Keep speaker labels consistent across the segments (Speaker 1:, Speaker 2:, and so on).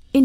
Speaker 1: verscheen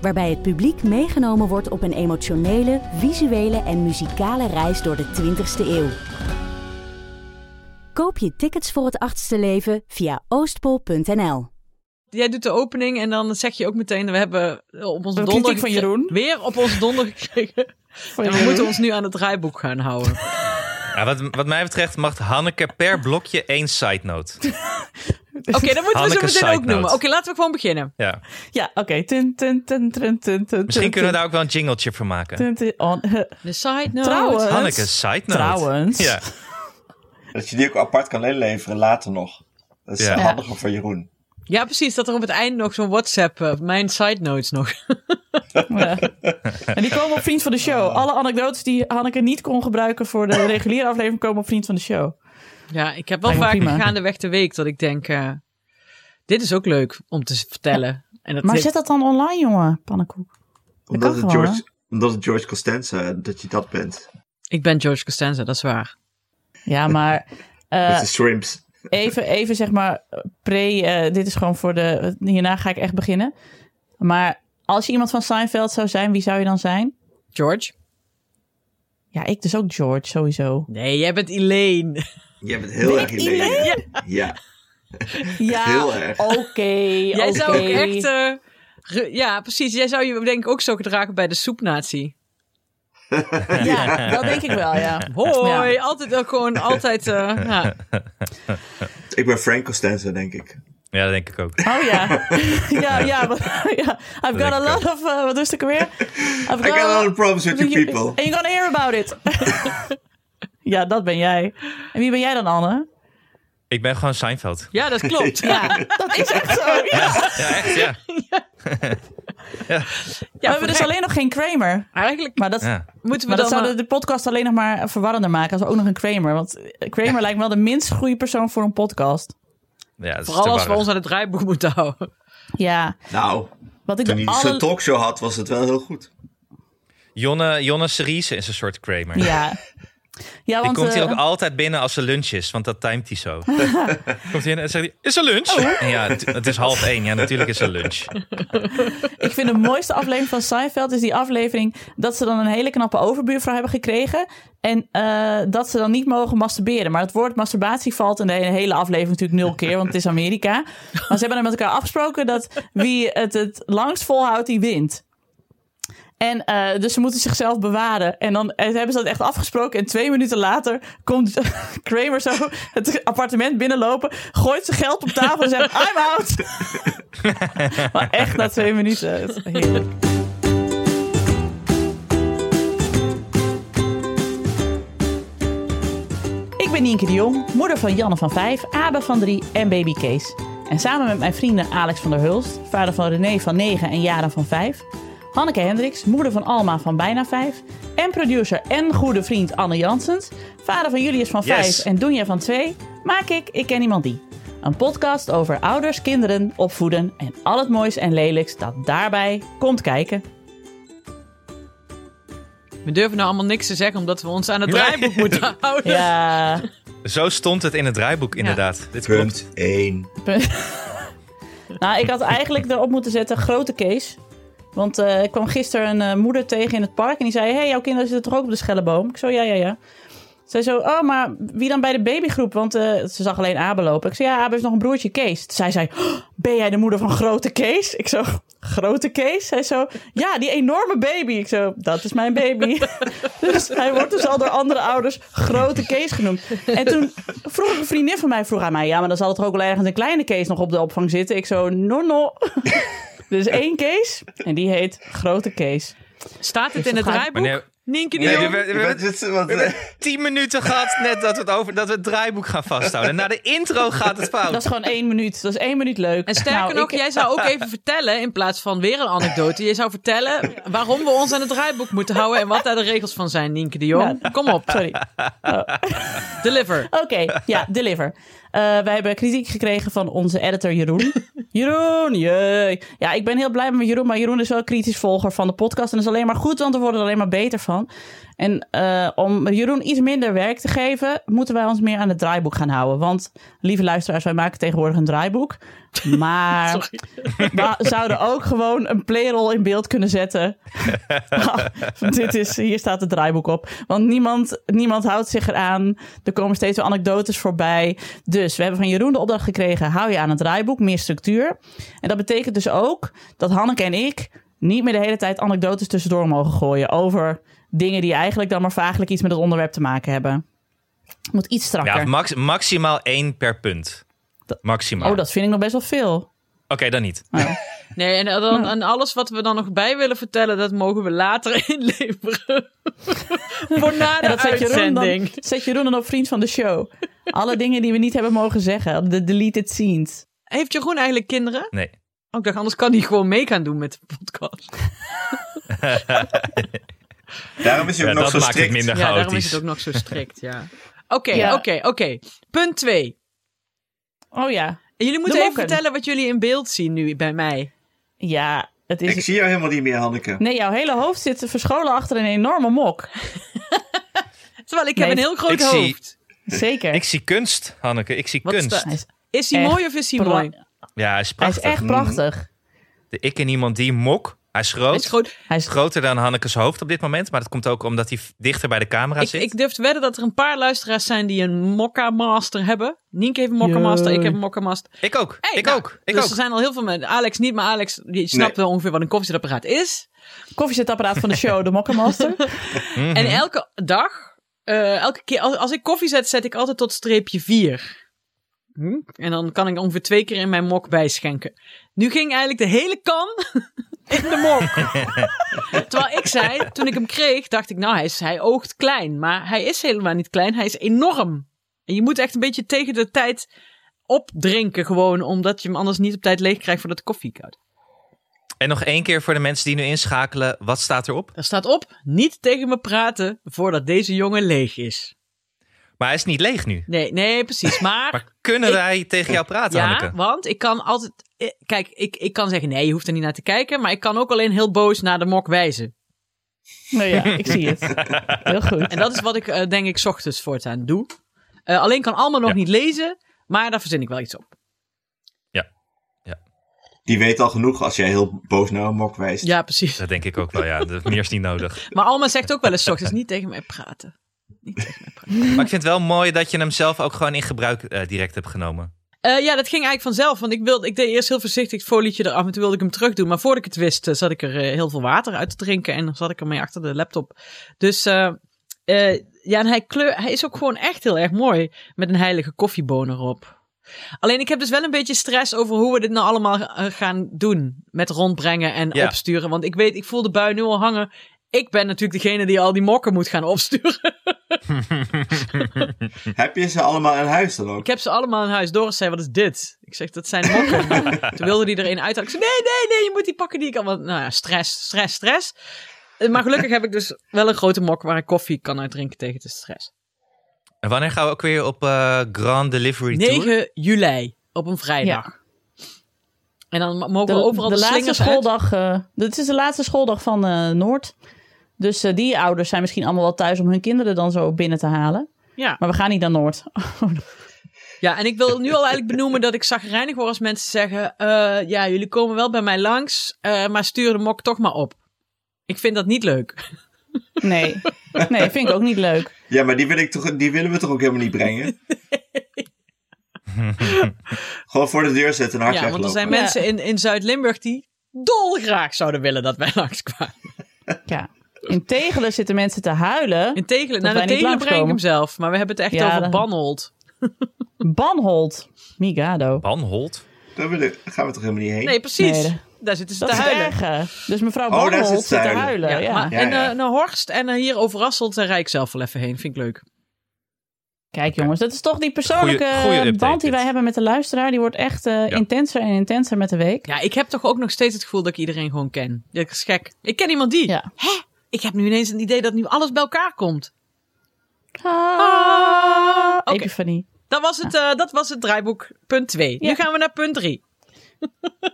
Speaker 1: Waarbij het publiek meegenomen wordt op een emotionele, visuele en muzikale reis door de 20ste eeuw. Koop je tickets voor het achtste leven via oostpol.nl.
Speaker 2: Jij doet de opening en dan zeg je ook meteen... we hebben op onze donder
Speaker 3: Een kritiek van
Speaker 2: gekregen-
Speaker 3: Jeroen.
Speaker 2: weer op onze donder gekregen.
Speaker 3: Van
Speaker 2: En we
Speaker 3: Jeroen.
Speaker 2: moeten ons nu aan het draaiboek gaan houden.
Speaker 4: Ja, wat, wat mij betreft mag Hanneke per blokje één side note.
Speaker 2: Oké, dat moeten we
Speaker 4: Hanneke
Speaker 2: zo meteen ook
Speaker 4: sidenote.
Speaker 2: noemen. Oké, laten we gewoon beginnen.
Speaker 4: Ja.
Speaker 3: Ja, oké. Tun, tun, tun, tun, tun, tun,
Speaker 4: Misschien
Speaker 3: tun,
Speaker 4: kunnen we daar ook wel een jingletje van maken.
Speaker 3: tun, tun, on- eh,
Speaker 2: De side note.
Speaker 3: Trouwens.
Speaker 4: Hanneke, side note.
Speaker 3: Trouwens.
Speaker 4: Ja.
Speaker 5: Dat je die ook apart kan inleveren later nog. Dat is
Speaker 4: Ja.
Speaker 5: handiger voor Jeroen.
Speaker 2: Ja, precies. Dat er op het einde nog zo'n WhatsApp, eh, mijn side notes nog.
Speaker 3: ja. En die komen op Vriend van de Show. Alle anekdotes die Hanneke niet kon gebruiken voor de reguliere aflevering komen op Vriend van de Show.
Speaker 2: Ja, ik heb wel
Speaker 3: Lijkt me
Speaker 2: vaak
Speaker 3: prima.
Speaker 2: gaandeweg de week dat ik denk, eh, dit is ook leuk om te vertellen. En dat
Speaker 3: Maar
Speaker 2: dit-
Speaker 3: zet dat dan online, jongen, pannenkoek.
Speaker 5: Omdat
Speaker 3: kan
Speaker 5: het,
Speaker 3: gewoon,
Speaker 5: George, omdat het George Costanza, dat je dat bent.
Speaker 2: Ik ben George Costanza, dat is waar.
Speaker 3: Ja, maar eh,
Speaker 5: Dat is Shrimps.
Speaker 3: even, even zeg maar pre. eh, dit is gewoon voor de. Hierna ga ik echt beginnen. Maar als je iemand van Seinfeld zou zijn, wie zou je dan zijn?
Speaker 2: George?
Speaker 3: Ja, ik dus ook George sowieso.
Speaker 2: Nee, jij bent Elaine.
Speaker 5: Jij bent heel erg in leven. Ja.
Speaker 3: Ja,
Speaker 5: Heel erg.
Speaker 3: Oké.
Speaker 2: Jij zou ook
Speaker 3: oké.
Speaker 2: echt... eh, ru- ja, precies. Jij zou je denk ik ook zo gedragen bij de soepnatie.
Speaker 3: eh, Ja, dat denk ik wel, ja.
Speaker 2: Hoi, altijd ook gewoon, altijd... eh, ja.
Speaker 5: Ik ben Frank Costanza, denk ik.
Speaker 4: ja, dat denk ik ook.
Speaker 3: Oh ja. ja, ja, maar- ja. I've got a lot of. eh, wat is het ook alweer? I've
Speaker 5: I got a lot of problems with you people.
Speaker 3: And you're gonna hear about it. ja, dat ben jij. En wie ben jij dan, Anne?
Speaker 4: Ik ben gewoon Seinfeld.
Speaker 2: ja, dat klopt. Ja.
Speaker 3: Dat is echt zo. Ja.
Speaker 4: Ja, echt, ja.
Speaker 3: we
Speaker 2: Ja,
Speaker 3: hebben dus alleen nog geen Kramer.
Speaker 2: Eigenlijk
Speaker 3: Maar dat,
Speaker 4: ja.
Speaker 2: moeten we
Speaker 3: maar dat
Speaker 2: dan...
Speaker 3: zou
Speaker 2: eh,
Speaker 3: de, de podcast alleen nog maar verwarrender maken als we ook nog een Kramer. Want eh, Kramer lijkt me wel de minst goede persoon voor een podcast.
Speaker 4: ja dat is
Speaker 2: Vooral
Speaker 4: te
Speaker 2: als we
Speaker 4: warrig.
Speaker 2: ons aan het draaiboek moeten houden.
Speaker 3: Ja,
Speaker 5: Nou,
Speaker 3: wat ik
Speaker 5: toen
Speaker 3: de
Speaker 5: hij
Speaker 3: alle-
Speaker 5: zijn talkshow had, was het wel heel goed.
Speaker 4: Jonne, Jonne Seriese is een soort Kramer.
Speaker 3: Ja. Ja,
Speaker 4: Die
Speaker 3: want...
Speaker 4: komt hier
Speaker 3: eh,
Speaker 4: ook altijd binnen als er lunch is, want dat timet hij zo. komt hij in en zegt hij, is er lunch?
Speaker 3: Oh.
Speaker 4: En ja, het, het is half één. Ja, natuurlijk is er lunch.
Speaker 3: Ik vind de mooiste aflevering van Seinfeld is die aflevering dat ze dan een hele knappe overbuurvrouw hebben gekregen. En eh, dat ze dan niet mogen masturberen. Maar het woord masturbatie valt in de hele aflevering natuurlijk nul keer, want het is Amerika. Maar ze hebben dan met elkaar afgesproken dat wie het het langst volhoudt, die wint. En eh, dus ze moeten zichzelf bewaren. En dan eh, hebben ze dat echt afgesproken. En twee minuten later komt Kramer zo het appartement binnenlopen. Gooit zijn geld op tafel en zegt: I'm out. maar echt na twee minuten. Het is heerlijk. Ik ben Nienke de Jong, moeder van Janne van 5, Abe van 3 en baby Kees. En samen met mijn vrienden Alex van der Hulst, vader van René van 9 en Jaren van 5. Hanneke Hendricks, moeder van Alma van bijna 5. En producer en goede vriend Anne Janssens, vader van Julius van 5
Speaker 4: Yes.
Speaker 3: en Doenja van 2. Maak ik Ik Ken Iemand Die. Een podcast over ouders, kinderen, opvoeden en al het moois en lelijks dat daarbij komt kijken.
Speaker 2: We durven nou allemaal niks te zeggen, omdat we ons aan het
Speaker 4: Nee.
Speaker 2: draaiboek moeten houden.
Speaker 3: Ja,
Speaker 4: Zo stond het in het draaiboek, inderdaad. Dit klopt.
Speaker 5: Punt 1.
Speaker 3: nou ik had eigenlijk erop moeten zetten grote case. Want eh, ik kwam gisteren een eh, moeder tegen in het park en die zei... hey, jouw kinderen zitten toch ook op de schelleboom? Ik zo, ja, ja, ja. Zij zo, oh, maar wie dan bij de babygroep? Want eh, ze zag alleen Abe lopen. Ik zei, ja, Abe heeft nog een broertje Kees. Toen Zij zei, "Oh, ben jij de moeder van grote Kees? Ik zo, grote Kees? Zij zo, ja, die enorme baby. Ik zo, dat is mijn baby. dus hij wordt dus al door andere ouders grote Kees genoemd. En toen vroeg een vriendin van mij, vroeg aan mij... ja, maar dan zal het toch ook wel ergens een kleine Kees nog op de opvang zitten? Ik zo, no, no. er is één Kees en die heet grote Kees.
Speaker 2: Staat het in
Speaker 3: dat
Speaker 2: het
Speaker 3: gaat-
Speaker 2: draaiboek?
Speaker 4: Wanneer,
Speaker 2: Nienke de
Speaker 4: Nee,
Speaker 2: Jong.
Speaker 4: we- we- we-
Speaker 5: Dit is- want,
Speaker 4: We
Speaker 5: eh,
Speaker 4: hebben tien minuten gehad net dat we, het over, dat we het draaiboek gaan vasthouden. Na de intro gaat het fout.
Speaker 3: Dat is gewoon één minuut. Dat is één minuut leuk.
Speaker 2: En sterker
Speaker 3: Nou,
Speaker 2: nog,
Speaker 3: ik-
Speaker 2: jij zou ook even vertellen, in plaats van weer een anekdote, je zou vertellen waarom we ons aan het draaiboek moeten houden en wat daar de regels van zijn, Nienke de Jong. Kom op,
Speaker 3: Sorry.
Speaker 2: deliver.
Speaker 3: Oké, ja, deliver. Eh, wij hebben kritiek gekregen van onze editor Jeroen. Jeroen, jee. Ja, ik ben heel blij met Jeroen, maar Jeroen is wel kritisch volger van de podcast. En dat is alleen maar goed, want we worden er alleen maar beter van. En eh, om Jeroen iets minder werk te geven, moeten wij ons meer aan het draaiboek gaan houden. Want, lieve luisteraars, wij maken tegenwoordig een draaiboek. Maar we zouden ook gewoon een playroll in beeld kunnen zetten. Dit is, hier staat het draaiboek op. Want niemand, niemand houdt zich eraan. Er komen steeds weer anekdotes voorbij. Dus we hebben van Jeroen de opdracht gekregen: hou je aan het draaiboek, meer structuur. En dat betekent dus ook dat Hanneke en ik niet meer de hele tijd anekdotes tussendoor mogen gooien over dingen die eigenlijk dan maar vaaglijk iets met het onderwerp te maken hebben. Moet iets strakker.
Speaker 4: Ja, max, maximaal één per punt. Maximaal.
Speaker 3: oh, dat vind ik nog best wel veel.
Speaker 4: Oké, dan niet.
Speaker 2: Nee, en, eh, dan, en alles wat we dan nog bij willen vertellen, dat mogen we later inleveren. Voor na de
Speaker 3: En dat zet Jeroen, dan,
Speaker 2: uitzending.
Speaker 3: zet Jeroen dan op vriend van de show. Alle dingen die we niet hebben mogen zeggen. De deleted scenes.
Speaker 2: Heeft Jeroen eigenlijk kinderen?
Speaker 4: Nee.
Speaker 2: Oh, ik dacht, anders kan hij gewoon mee gaan doen met de podcast.
Speaker 5: daarom is hij
Speaker 4: Ja,
Speaker 5: ook nog
Speaker 4: dat
Speaker 5: zo
Speaker 4: maakt het
Speaker 5: strikt.
Speaker 4: minder
Speaker 2: Ja, daarom is
Speaker 4: chaotisch.
Speaker 2: het ook nog zo strikt, ja. Oké,
Speaker 3: Ja.
Speaker 2: oké, oké. Punt 2.
Speaker 3: Oh ja.
Speaker 2: Jullie moeten even
Speaker 3: mokken.
Speaker 2: vertellen wat jullie in beeld zien nu bij mij.
Speaker 3: Ja, het is...
Speaker 5: Ik zie jou helemaal niet meer, Hanneke.
Speaker 3: Nee, jouw hele hoofd zit verscholen achter een enorme mok.
Speaker 2: Terwijl ik
Speaker 3: Nee,
Speaker 2: heb een heel groot
Speaker 4: ik zie-
Speaker 2: hoofd.
Speaker 3: Zeker.
Speaker 4: Ik zie kunst, Hanneke. Ik zie
Speaker 2: Wat
Speaker 4: kunst.
Speaker 2: sta-
Speaker 3: Hij is,
Speaker 2: Is hij
Speaker 3: Echt
Speaker 2: mooi of is hij
Speaker 3: pra-
Speaker 2: mooi?
Speaker 4: Ja, hij is
Speaker 3: hij is
Speaker 4: prachtig.
Speaker 3: echt prachtig.
Speaker 4: De ik en iemand die mok. Hij is groot.
Speaker 2: Hij is groot.
Speaker 3: Hij is...
Speaker 4: Groter dan Hanneke's hoofd op dit moment. Maar dat komt ook omdat hij v- dichter bij de camera
Speaker 2: Ik,
Speaker 4: zit.
Speaker 2: ik durf te wedden dat er een paar luisteraars zijn die een Mokka Master hebben. Nienke heeft een Mokka Master, ik heb een Mokka Master.
Speaker 4: Ik ook.
Speaker 2: Hey,
Speaker 4: ik
Speaker 2: nou,
Speaker 4: ook. Ik
Speaker 2: dus er
Speaker 4: ook.
Speaker 2: zijn al heel veel mensen. Alex niet, maar Alex die snapt
Speaker 5: Nee.
Speaker 2: wel ongeveer wat een koffiezetapparaat is.
Speaker 3: Koffiezetapparaat van de show, de mokkenmaster.
Speaker 4: Mhm.
Speaker 2: En elke dag, eh, elke keer als, als ik koffie zet, zet ik altijd tot streepje 4.
Speaker 4: Hm?
Speaker 2: En dan kan ik ongeveer twee keer in mijn mok bijschenken. Nu ging eigenlijk de hele kan in de mok. Terwijl ik zei, toen ik hem kreeg, dacht ik, nou, hij, is, hij oogt klein. Maar hij is helemaal niet klein, hij is enorm. En je moet echt een beetje tegen de tijd opdrinken gewoon, omdat je hem anders niet op tijd leeg krijgt voordat de koffie koud.
Speaker 4: En nog één keer voor de mensen die nu inschakelen. Wat staat erop?
Speaker 2: Er staat op, niet tegen me praten voordat deze jongen leeg is.
Speaker 4: Maar hij is niet leeg nu.
Speaker 2: Nee, nee, precies. Maar
Speaker 4: Maar kunnen
Speaker 2: Ik-
Speaker 4: wij tegen jou praten,
Speaker 2: Ja,
Speaker 4: Hanneke?
Speaker 2: want ik kan altijd. eh, Kijk, ik, ik kan zeggen: nee, je hoeft er niet naar te kijken. Maar ik kan ook alleen heel boos naar de mok wijzen.
Speaker 3: nou ja, ik zie het. Heel goed.
Speaker 2: En dat is wat ik, eh, denk ik, 's ochtends voortaan doe. Eh, alleen kan Alma nog
Speaker 4: Ja.
Speaker 2: niet lezen. Maar daar verzin ik wel iets op.
Speaker 5: Die weet al genoeg als jij heel boos naar een mok wijst.
Speaker 2: Ja, precies.
Speaker 4: Dat denk ik ook wel, ja. Dat- Meer is niet nodig.
Speaker 2: Maar Alma zegt ook wel eens: 's ochtends niet tegen mij praten. Niet tegen mij praten.
Speaker 4: Maar ik vind het wel mooi dat je hem zelf ook gewoon in gebruik eh, direct hebt genomen.
Speaker 2: Eh, ja, dat ging eigenlijk vanzelf. Want ik, wilde, ik deed eerst heel voorzichtig het folietje eraf. En toen wilde ik hem terug doen. Maar voordat ik het wist, eh, zat ik er eh, heel veel water uit te drinken. En dan zat ik ermee achter de laptop. Dus eh, eh, ja, en hij, kleur, hij is ook gewoon echt heel erg mooi. Met een heilige koffieboon erop. Alleen ik heb dus wel een beetje stress over hoe we dit nou allemaal eh, gaan doen. Met rondbrengen en
Speaker 4: Ja.
Speaker 2: opsturen. Want ik weet, ik voel de bui nu al hangen. Ik ben natuurlijk degene die al die mokken moet gaan opsturen.
Speaker 5: Heb je ze allemaal in huis dan ook?
Speaker 2: Ik heb ze allemaal in huis. Doris zei, wat is dit? Ik zeg, dat zijn mokken. Toen wilde die er een uithalen. Ik zei, nee, nee, nee, je moet die pakken die ik al... Want, nou ja, stress, stress, stress. Eh, Maar gelukkig heb ik dus wel een grote mok waar ik koffie kan uitdrinken tegen de stress.
Speaker 4: En wanneer gaan we ook weer op eh, Grand Delivery Tour?
Speaker 2: 9 juli, op een vrijdag. En dan ma- mogen we overal de,
Speaker 3: laatste
Speaker 2: slingers uit.
Speaker 3: schooldag. eh, dit is de laatste schooldag van eh, Noord. Dus eh, die ouders zijn misschien allemaal wel thuis om hun kinderen dan zo binnen te halen.
Speaker 2: Ja.
Speaker 3: Maar we gaan niet naar Noord.
Speaker 2: ja, en ik wil nu al eigenlijk benoemen dat ik zagrijnig word als mensen zeggen... eh, ja, jullie komen wel bij mij langs, eh, maar stuur de mok toch maar op. Ik vind dat niet leuk.
Speaker 3: Nee. Nee, vind ik ook niet leuk.
Speaker 5: Ja, maar die, wil ik toch, die willen we toch ook helemaal niet brengen? Gewoon voor de deur zetten en hard
Speaker 2: Ja, want er
Speaker 5: weglopen.
Speaker 2: zijn
Speaker 3: Ja.
Speaker 2: mensen in, in Zuid-Limburg die dolgraag zouden willen dat wij langskwamen.
Speaker 3: Ja. In Tegelen zitten mensen te huilen.
Speaker 2: In Tegelen,
Speaker 3: Dat
Speaker 2: nou, in
Speaker 3: wij niet
Speaker 2: Tegelen breng ik hem
Speaker 3: langskomen.
Speaker 2: zelf. Maar we hebben het echt
Speaker 3: Ja,
Speaker 2: over
Speaker 3: dat-
Speaker 2: Banhold.
Speaker 3: Banhold. Migado.
Speaker 4: Banhold?
Speaker 5: Daar willen, gaan we toch helemaal niet heen?
Speaker 2: Nee, precies.
Speaker 3: Nee,
Speaker 2: Daar zitten ze
Speaker 3: Dat
Speaker 2: te
Speaker 3: is het
Speaker 2: huilen.
Speaker 3: erge. Dus mevrouw
Speaker 5: Oh, daar
Speaker 3: Barnholt
Speaker 5: zit
Speaker 3: zit
Speaker 5: ze
Speaker 3: te
Speaker 5: huilen.
Speaker 3: huilen. Ja,
Speaker 2: maar-
Speaker 5: Ja,
Speaker 2: en
Speaker 5: ja.
Speaker 2: eh, naar Horst en eh, hier over Rasselt en Rijk zelf wel even heen. Vind ik leuk.
Speaker 3: Kijk jongens, dat is toch die persoonlijke
Speaker 4: Goeie- goeie update
Speaker 3: band die
Speaker 4: dit.
Speaker 3: wij hebben met de luisteraar. Die wordt echt eh, intenser en intenser met de week.
Speaker 2: Ja, ik heb toch ook nog steeds het gevoel dat ik iedereen gewoon ken. Dat is gek. Ik ken iemand die.
Speaker 3: Ja.
Speaker 2: Hè? Ik heb nu ineens het idee dat nu alles bij elkaar komt.
Speaker 3: Ah,
Speaker 2: Ah, Oké.
Speaker 3: Epifanie.
Speaker 2: Dat was het, eh, dat was het draaiboek punt 2.
Speaker 3: Ja.
Speaker 2: Nu gaan we naar punt 3.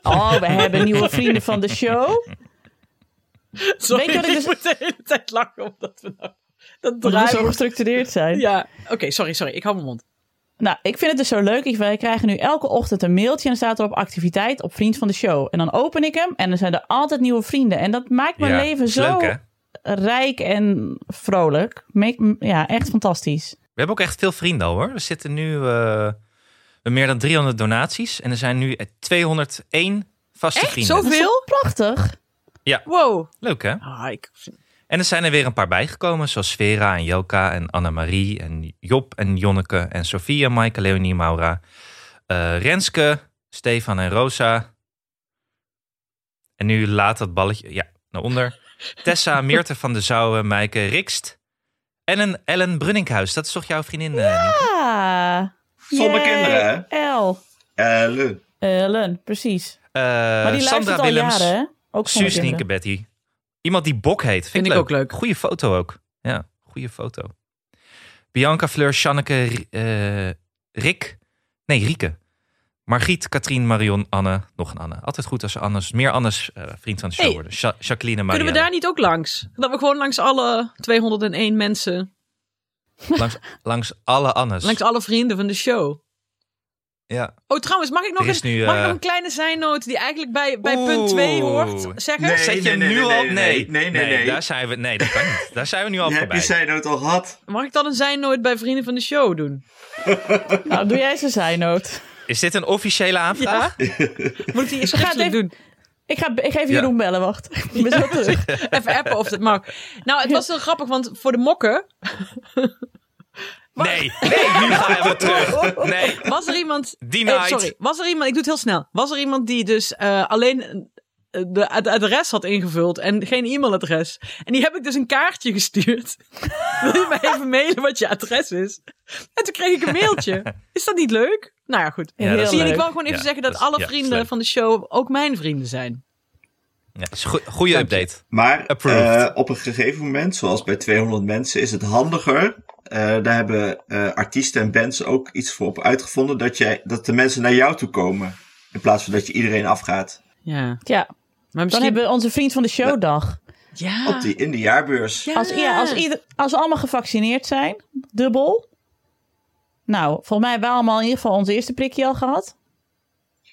Speaker 3: Oh, we hebben nieuwe vrienden van de show.
Speaker 2: Sorry,
Speaker 3: Weet je wat
Speaker 2: ik
Speaker 3: ik dus-
Speaker 2: moet de hele tijd lachen omdat we nou, dat
Speaker 3: Dat we zo
Speaker 2: draaiboek...
Speaker 3: gestructureerd zijn.
Speaker 2: Ja, oké, sorry, sorry. Ik hou mijn mond.
Speaker 3: Nou, ik vind het dus zo leuk. Ik- Wij krijgen nu elke ochtend een mailtje en dan staat erop activiteit op Vriend van de Show. En dan open ik hem en dan zijn er altijd nieuwe vrienden. En dat maakt mijn
Speaker 4: Ja,
Speaker 3: leven
Speaker 4: is
Speaker 3: zo
Speaker 4: leuk, hè?
Speaker 3: rijk en vrolijk. Make- m- ja, echt fantastisch.
Speaker 4: We hebben ook echt veel vrienden al, hoor. We zitten nu eh, met meer dan 300 donaties. En er zijn nu eh, 201 vaste
Speaker 2: Echt?
Speaker 4: vrienden.
Speaker 3: Dat is
Speaker 2: Zoveel?
Speaker 3: toch prachtig.
Speaker 2: Wow.
Speaker 4: Leuk, hè?
Speaker 2: Ah, ik...
Speaker 4: En er zijn er weer een paar bijgekomen, zoals Vera en Jelka en Annemarie en Job en Jonneke en Sofia, Maaike, Leonie, Maura, eh, Renske, Stefan en Rosa. En nu laat dat balletje, ja, naar onder. Tessa, Meerte van de Zouwen, Maaike, Rikst en een Ellen Brunninkhuis. Dat is toch jouw vriendin? eh, Nienke?
Speaker 3: Ah.
Speaker 5: Zonder
Speaker 3: Yay,
Speaker 5: kinderen,
Speaker 3: El.
Speaker 5: Ellen.
Speaker 3: Ellen, precies.
Speaker 4: Eh,
Speaker 3: Maar die
Speaker 4: Sandra
Speaker 3: luistert al
Speaker 4: Willems,
Speaker 3: jaren, hè? Ook zonder
Speaker 4: Suus
Speaker 3: kinderen.
Speaker 4: Nienke, Betty. Iemand die Bok heet. Vind,
Speaker 2: Vind ik ook leuk.
Speaker 4: Goeie foto ook. Ja, goede foto. Bianca, Fleur, Sjanneke, Ri- eh, Rick. Nee, Rieke. Margriet, Katrien, Marion, Anne. Nog een Anne. Altijd goed als ze anders, meer anders eh, vriend van de show
Speaker 2: Hey,
Speaker 4: worden. Sha- Jacqueline, Maria.
Speaker 2: Kunnen we daar niet ook langs? Dat we gewoon langs alle 201 mensen,
Speaker 4: langs, langs alle Annes.
Speaker 2: langs alle vrienden van de show.
Speaker 4: ja.
Speaker 2: Oh, trouwens, mag ik nog,
Speaker 4: Er is
Speaker 2: een,
Speaker 4: nu,
Speaker 2: mag ik
Speaker 4: eh,
Speaker 2: nog een kleine zijnoot die eigenlijk bij, bij punt
Speaker 4: Oeh.
Speaker 2: 2 hoort zeggen?
Speaker 5: Nee.
Speaker 4: Zet je hem
Speaker 5: nee,
Speaker 4: nu
Speaker 5: nee,
Speaker 4: al?
Speaker 5: nee, nee, nee, nee, nee.
Speaker 4: Daar zijn we, nee, dat kan niet. Daar zijn we nu al
Speaker 5: Heb
Speaker 4: voorbij.
Speaker 5: je zij nooit al gehad?
Speaker 2: Mag ik dan een zijnoot bij vrienden van de show doen?
Speaker 3: Nou, doe jij ze zijnoot.
Speaker 4: Is dit een officiële aanvraag?
Speaker 2: Moet ik die eerst
Speaker 3: Ze gaat
Speaker 2: schriftelijk
Speaker 3: even-
Speaker 2: doen?
Speaker 3: Ik ga, ik ga even
Speaker 4: Ja.
Speaker 3: Jeroen bellen, wacht. Ik ben zo terug.
Speaker 2: Even appen of dat mag. Nou, het was heel grappig, want voor de mokken
Speaker 4: Nee, nee, nu gaan we terug. Nee,
Speaker 2: was er iemand...
Speaker 4: die
Speaker 2: Eh,
Speaker 4: night.
Speaker 2: sorry, was er iemand... Ik doe het heel snel. Was er iemand die dus eh, alleen eh, de, het adres had ingevuld en geen e-mailadres? En die heb ik dus een kaartje gestuurd. Wil je mij even mailen wat je adres is? En toen kreeg ik een mailtje. Is dat niet leuk? Nou ja, goed.
Speaker 4: Ja, dat is
Speaker 3: Heel
Speaker 2: Zie je,
Speaker 3: leuk.
Speaker 2: ik wil gewoon even
Speaker 4: Ja,
Speaker 2: zeggen dat,
Speaker 4: dat is-
Speaker 2: alle
Speaker 4: ja, is
Speaker 2: vrienden
Speaker 4: leuk.
Speaker 2: van de show ook mijn vrienden zijn.
Speaker 4: Ja, is een goe- goede
Speaker 2: Dank je.
Speaker 4: update.
Speaker 5: Maar
Speaker 4: Approved.
Speaker 5: eh, op een gegeven moment, zoals bij 200 mensen, is het handiger. eh, daar hebben eh, artiesten en bands ook iets voor op uitgevonden. Dat, jij, dat de mensen naar jou toe komen. In plaats van dat je iedereen afgaat.
Speaker 2: Ja,
Speaker 3: Ja,
Speaker 2: maar
Speaker 3: dan
Speaker 2: misschien...
Speaker 3: hebben we onze vriend van de show dag.
Speaker 2: Ja.
Speaker 5: Op die, in de jaarbeurs.
Speaker 2: Ja.
Speaker 3: Als, ja, als, ieder, als we allemaal gevaccineerd zijn, dubbel. Nou, volgens mij hebben we allemaal in ieder geval ons eerste prikje al gehad.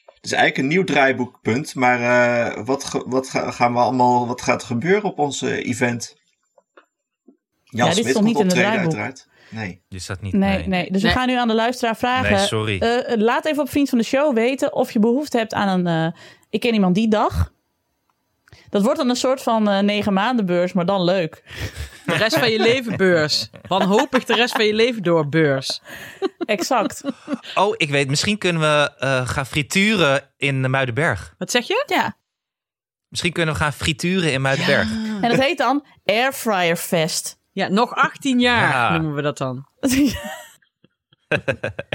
Speaker 5: Het is eigenlijk een nieuw draaiboekpunt. Maar eh, wat, ge- wat ga- gaan we allemaal, wat gaat er gebeuren op ons eh, event? Jan
Speaker 3: Ja, dit
Speaker 5: Smit
Speaker 3: stond niet
Speaker 5: komt
Speaker 3: in het
Speaker 5: optreden
Speaker 3: draaiboek.
Speaker 5: uiteraard. Nee.
Speaker 4: Je staat niet.
Speaker 3: Nee, nee. Dus
Speaker 2: Nee.
Speaker 3: we gaan nu aan de luisteraar vragen.
Speaker 4: Nee, sorry.
Speaker 3: eh, laat even op Vriend van de Show weten of je behoefte hebt aan een... eh, ik ken iemand die dag. Dat wordt dan een soort van eh, negen maanden beurs, maar dan leuk.
Speaker 2: De rest van je leven beurs. Wanhopig de rest van je leven door beurs.
Speaker 3: Exact.
Speaker 4: Oh, ik weet, misschien kunnen we eh, gaan frituren in Muidenberg.
Speaker 2: Wat zeg je?
Speaker 3: ja.
Speaker 4: Misschien kunnen we gaan frituren in Muidenberg.
Speaker 3: En dat heet dan Airfryer Fest.
Speaker 2: Ja, nog 18 jaar
Speaker 4: Ja.
Speaker 2: noemen we dat dan.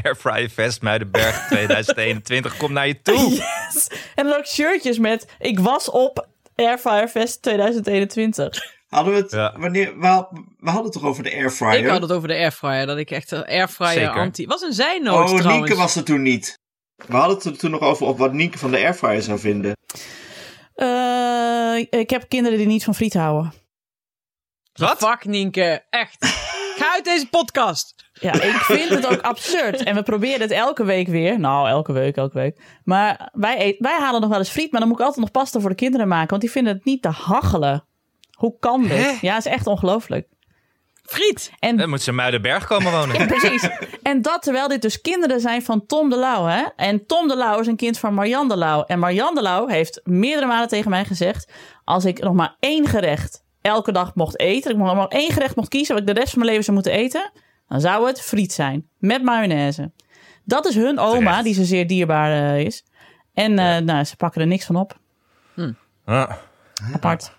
Speaker 4: Airfryer Fest Muidenberg 2021, kom naar je toe.
Speaker 3: En dan ook shirtjes met ik was op Airfryer Fest 2021.
Speaker 5: Hadden we het,
Speaker 4: Ja.
Speaker 5: wanneer, we, had- we hadden het toch over de airfryer?
Speaker 2: Ik had het over de airfryer. Dat ik echt een airfryer
Speaker 4: Zeker.
Speaker 2: anti... Was een zijnoot
Speaker 5: Oh,
Speaker 2: trouwens.
Speaker 5: Nienke was er toen niet. We hadden het er toen nog over op wat Nienke van de airfryer zou vinden.
Speaker 3: Eh, ik heb kinderen die niet van friet houden.
Speaker 4: Wat?
Speaker 2: Fuck Nienke, echt. Ga uit deze podcast.
Speaker 3: Ja, ik vind het ook absurd. En we proberen het elke week weer. Nou, elke week, elke week. Maar wij, eet- wij halen nog wel eens friet, maar dan moet ik altijd nog pasta voor de kinderen maken. Want die vinden het niet te hachelen. Hoe kan dit?
Speaker 4: Hè?
Speaker 3: Ja, het is echt ongelooflijk.
Speaker 2: Friet.
Speaker 3: En
Speaker 4: Dan moet ze in Muidenberg komen wonen.
Speaker 3: Ja, precies. En dat terwijl dit dus kinderen zijn van Tom de Lauw, hè? En Tom de Lauw is een kind van Marianne de Lauw. En Marianne de Lauw heeft meerdere malen tegen mij gezegd... als ik nog maar één gerecht elke dag mocht eten... ik nog maar één gerecht mocht kiezen... wat ik de rest van mijn leven zou moeten eten... dan zou het friet zijn. Met mayonaise. Dat is hun oma,
Speaker 4: Terecht.
Speaker 3: die ze zeer dierbaar eh, is. En eh, nou, ze pakken er niks van op.
Speaker 4: Ja,
Speaker 3: apart.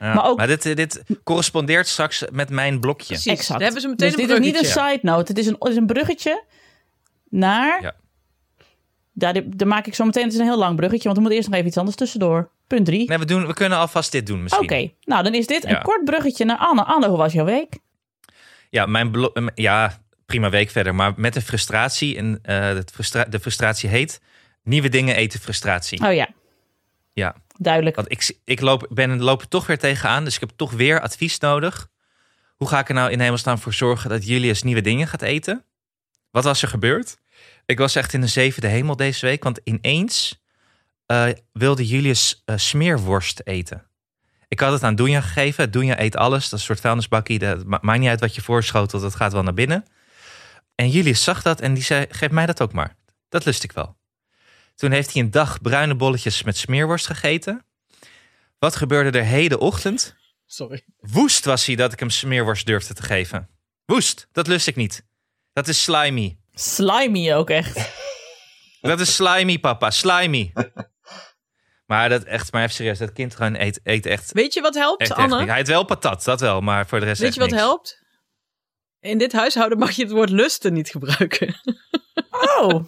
Speaker 4: ja.
Speaker 3: Maar ook-
Speaker 4: dit, dit correspondeert straks met mijn blokje.
Speaker 2: Precies.
Speaker 3: Exact.
Speaker 2: Dan hebben ze meteen
Speaker 3: dus
Speaker 2: een
Speaker 3: dit is niet een
Speaker 2: bruggetje.
Speaker 3: side note. Het is een, het is een bruggetje naar...
Speaker 4: Ja.
Speaker 3: Ja, dit- daar maak ik zo meteen... Het is een heel lang bruggetje, want er moet eerst nog even iets anders tussendoor. Punt drie.
Speaker 4: Nee, we, doen, we kunnen alvast dit doen
Speaker 3: Oké,
Speaker 4: misschien.
Speaker 3: nou dan is dit
Speaker 4: Ja.
Speaker 3: een kort bruggetje naar Anne. Anne, hoe was jouw week?
Speaker 4: Ja, mijn blo- eh, m- ja, prima week verder. Maar met de frustratie. En eh, het frustra- de frustratie heet nieuwe dingen eten frustratie.
Speaker 3: Oh ja,
Speaker 4: Ja,
Speaker 3: duidelijk.
Speaker 4: want ik, ik loop, ben, loop er toch weer tegenaan. Dus ik heb toch weer advies nodig. Hoe ga ik er nou in hemelsnaam voor zorgen dat Julius nieuwe dingen gaat eten? Wat was er gebeurd? Ik was echt in de zevende hemel deze week. Want ineens eh, wilde Julius eh, smeerworst eten. Ik had het aan Doenja gegeven. Doenja eet alles. Dat is een soort vuilnisbakkie. Dat ma- maakt niet uit wat je voorschotelt. Dat gaat wel naar binnen. En Julius zag dat en die zei, geef mij dat ook maar. Dat lust ik wel. Toen heeft hij een dag bruine bolletjes met smeerworst gegeten. Wat gebeurde er hedenochtend?
Speaker 2: Sorry.
Speaker 4: Woest was hij dat ik hem smeerworst durfde te geven. Woest, dat lust ik niet. Dat is slimy.
Speaker 3: Slimy ook echt.
Speaker 4: Dat is slimy, papa. Slimy. Maar dat echt, maar even serieus, dat kind gewoon eet, eet echt,
Speaker 2: Weet je wat helpt,
Speaker 4: echt, echt
Speaker 2: Anne?
Speaker 4: niks. Hij eet wel patat, dat wel, maar voor de rest
Speaker 2: Weet
Speaker 4: echt
Speaker 2: je wat
Speaker 4: niks.
Speaker 2: helpt? In dit huishouden mag je het woord lusten niet gebruiken.
Speaker 3: Oh,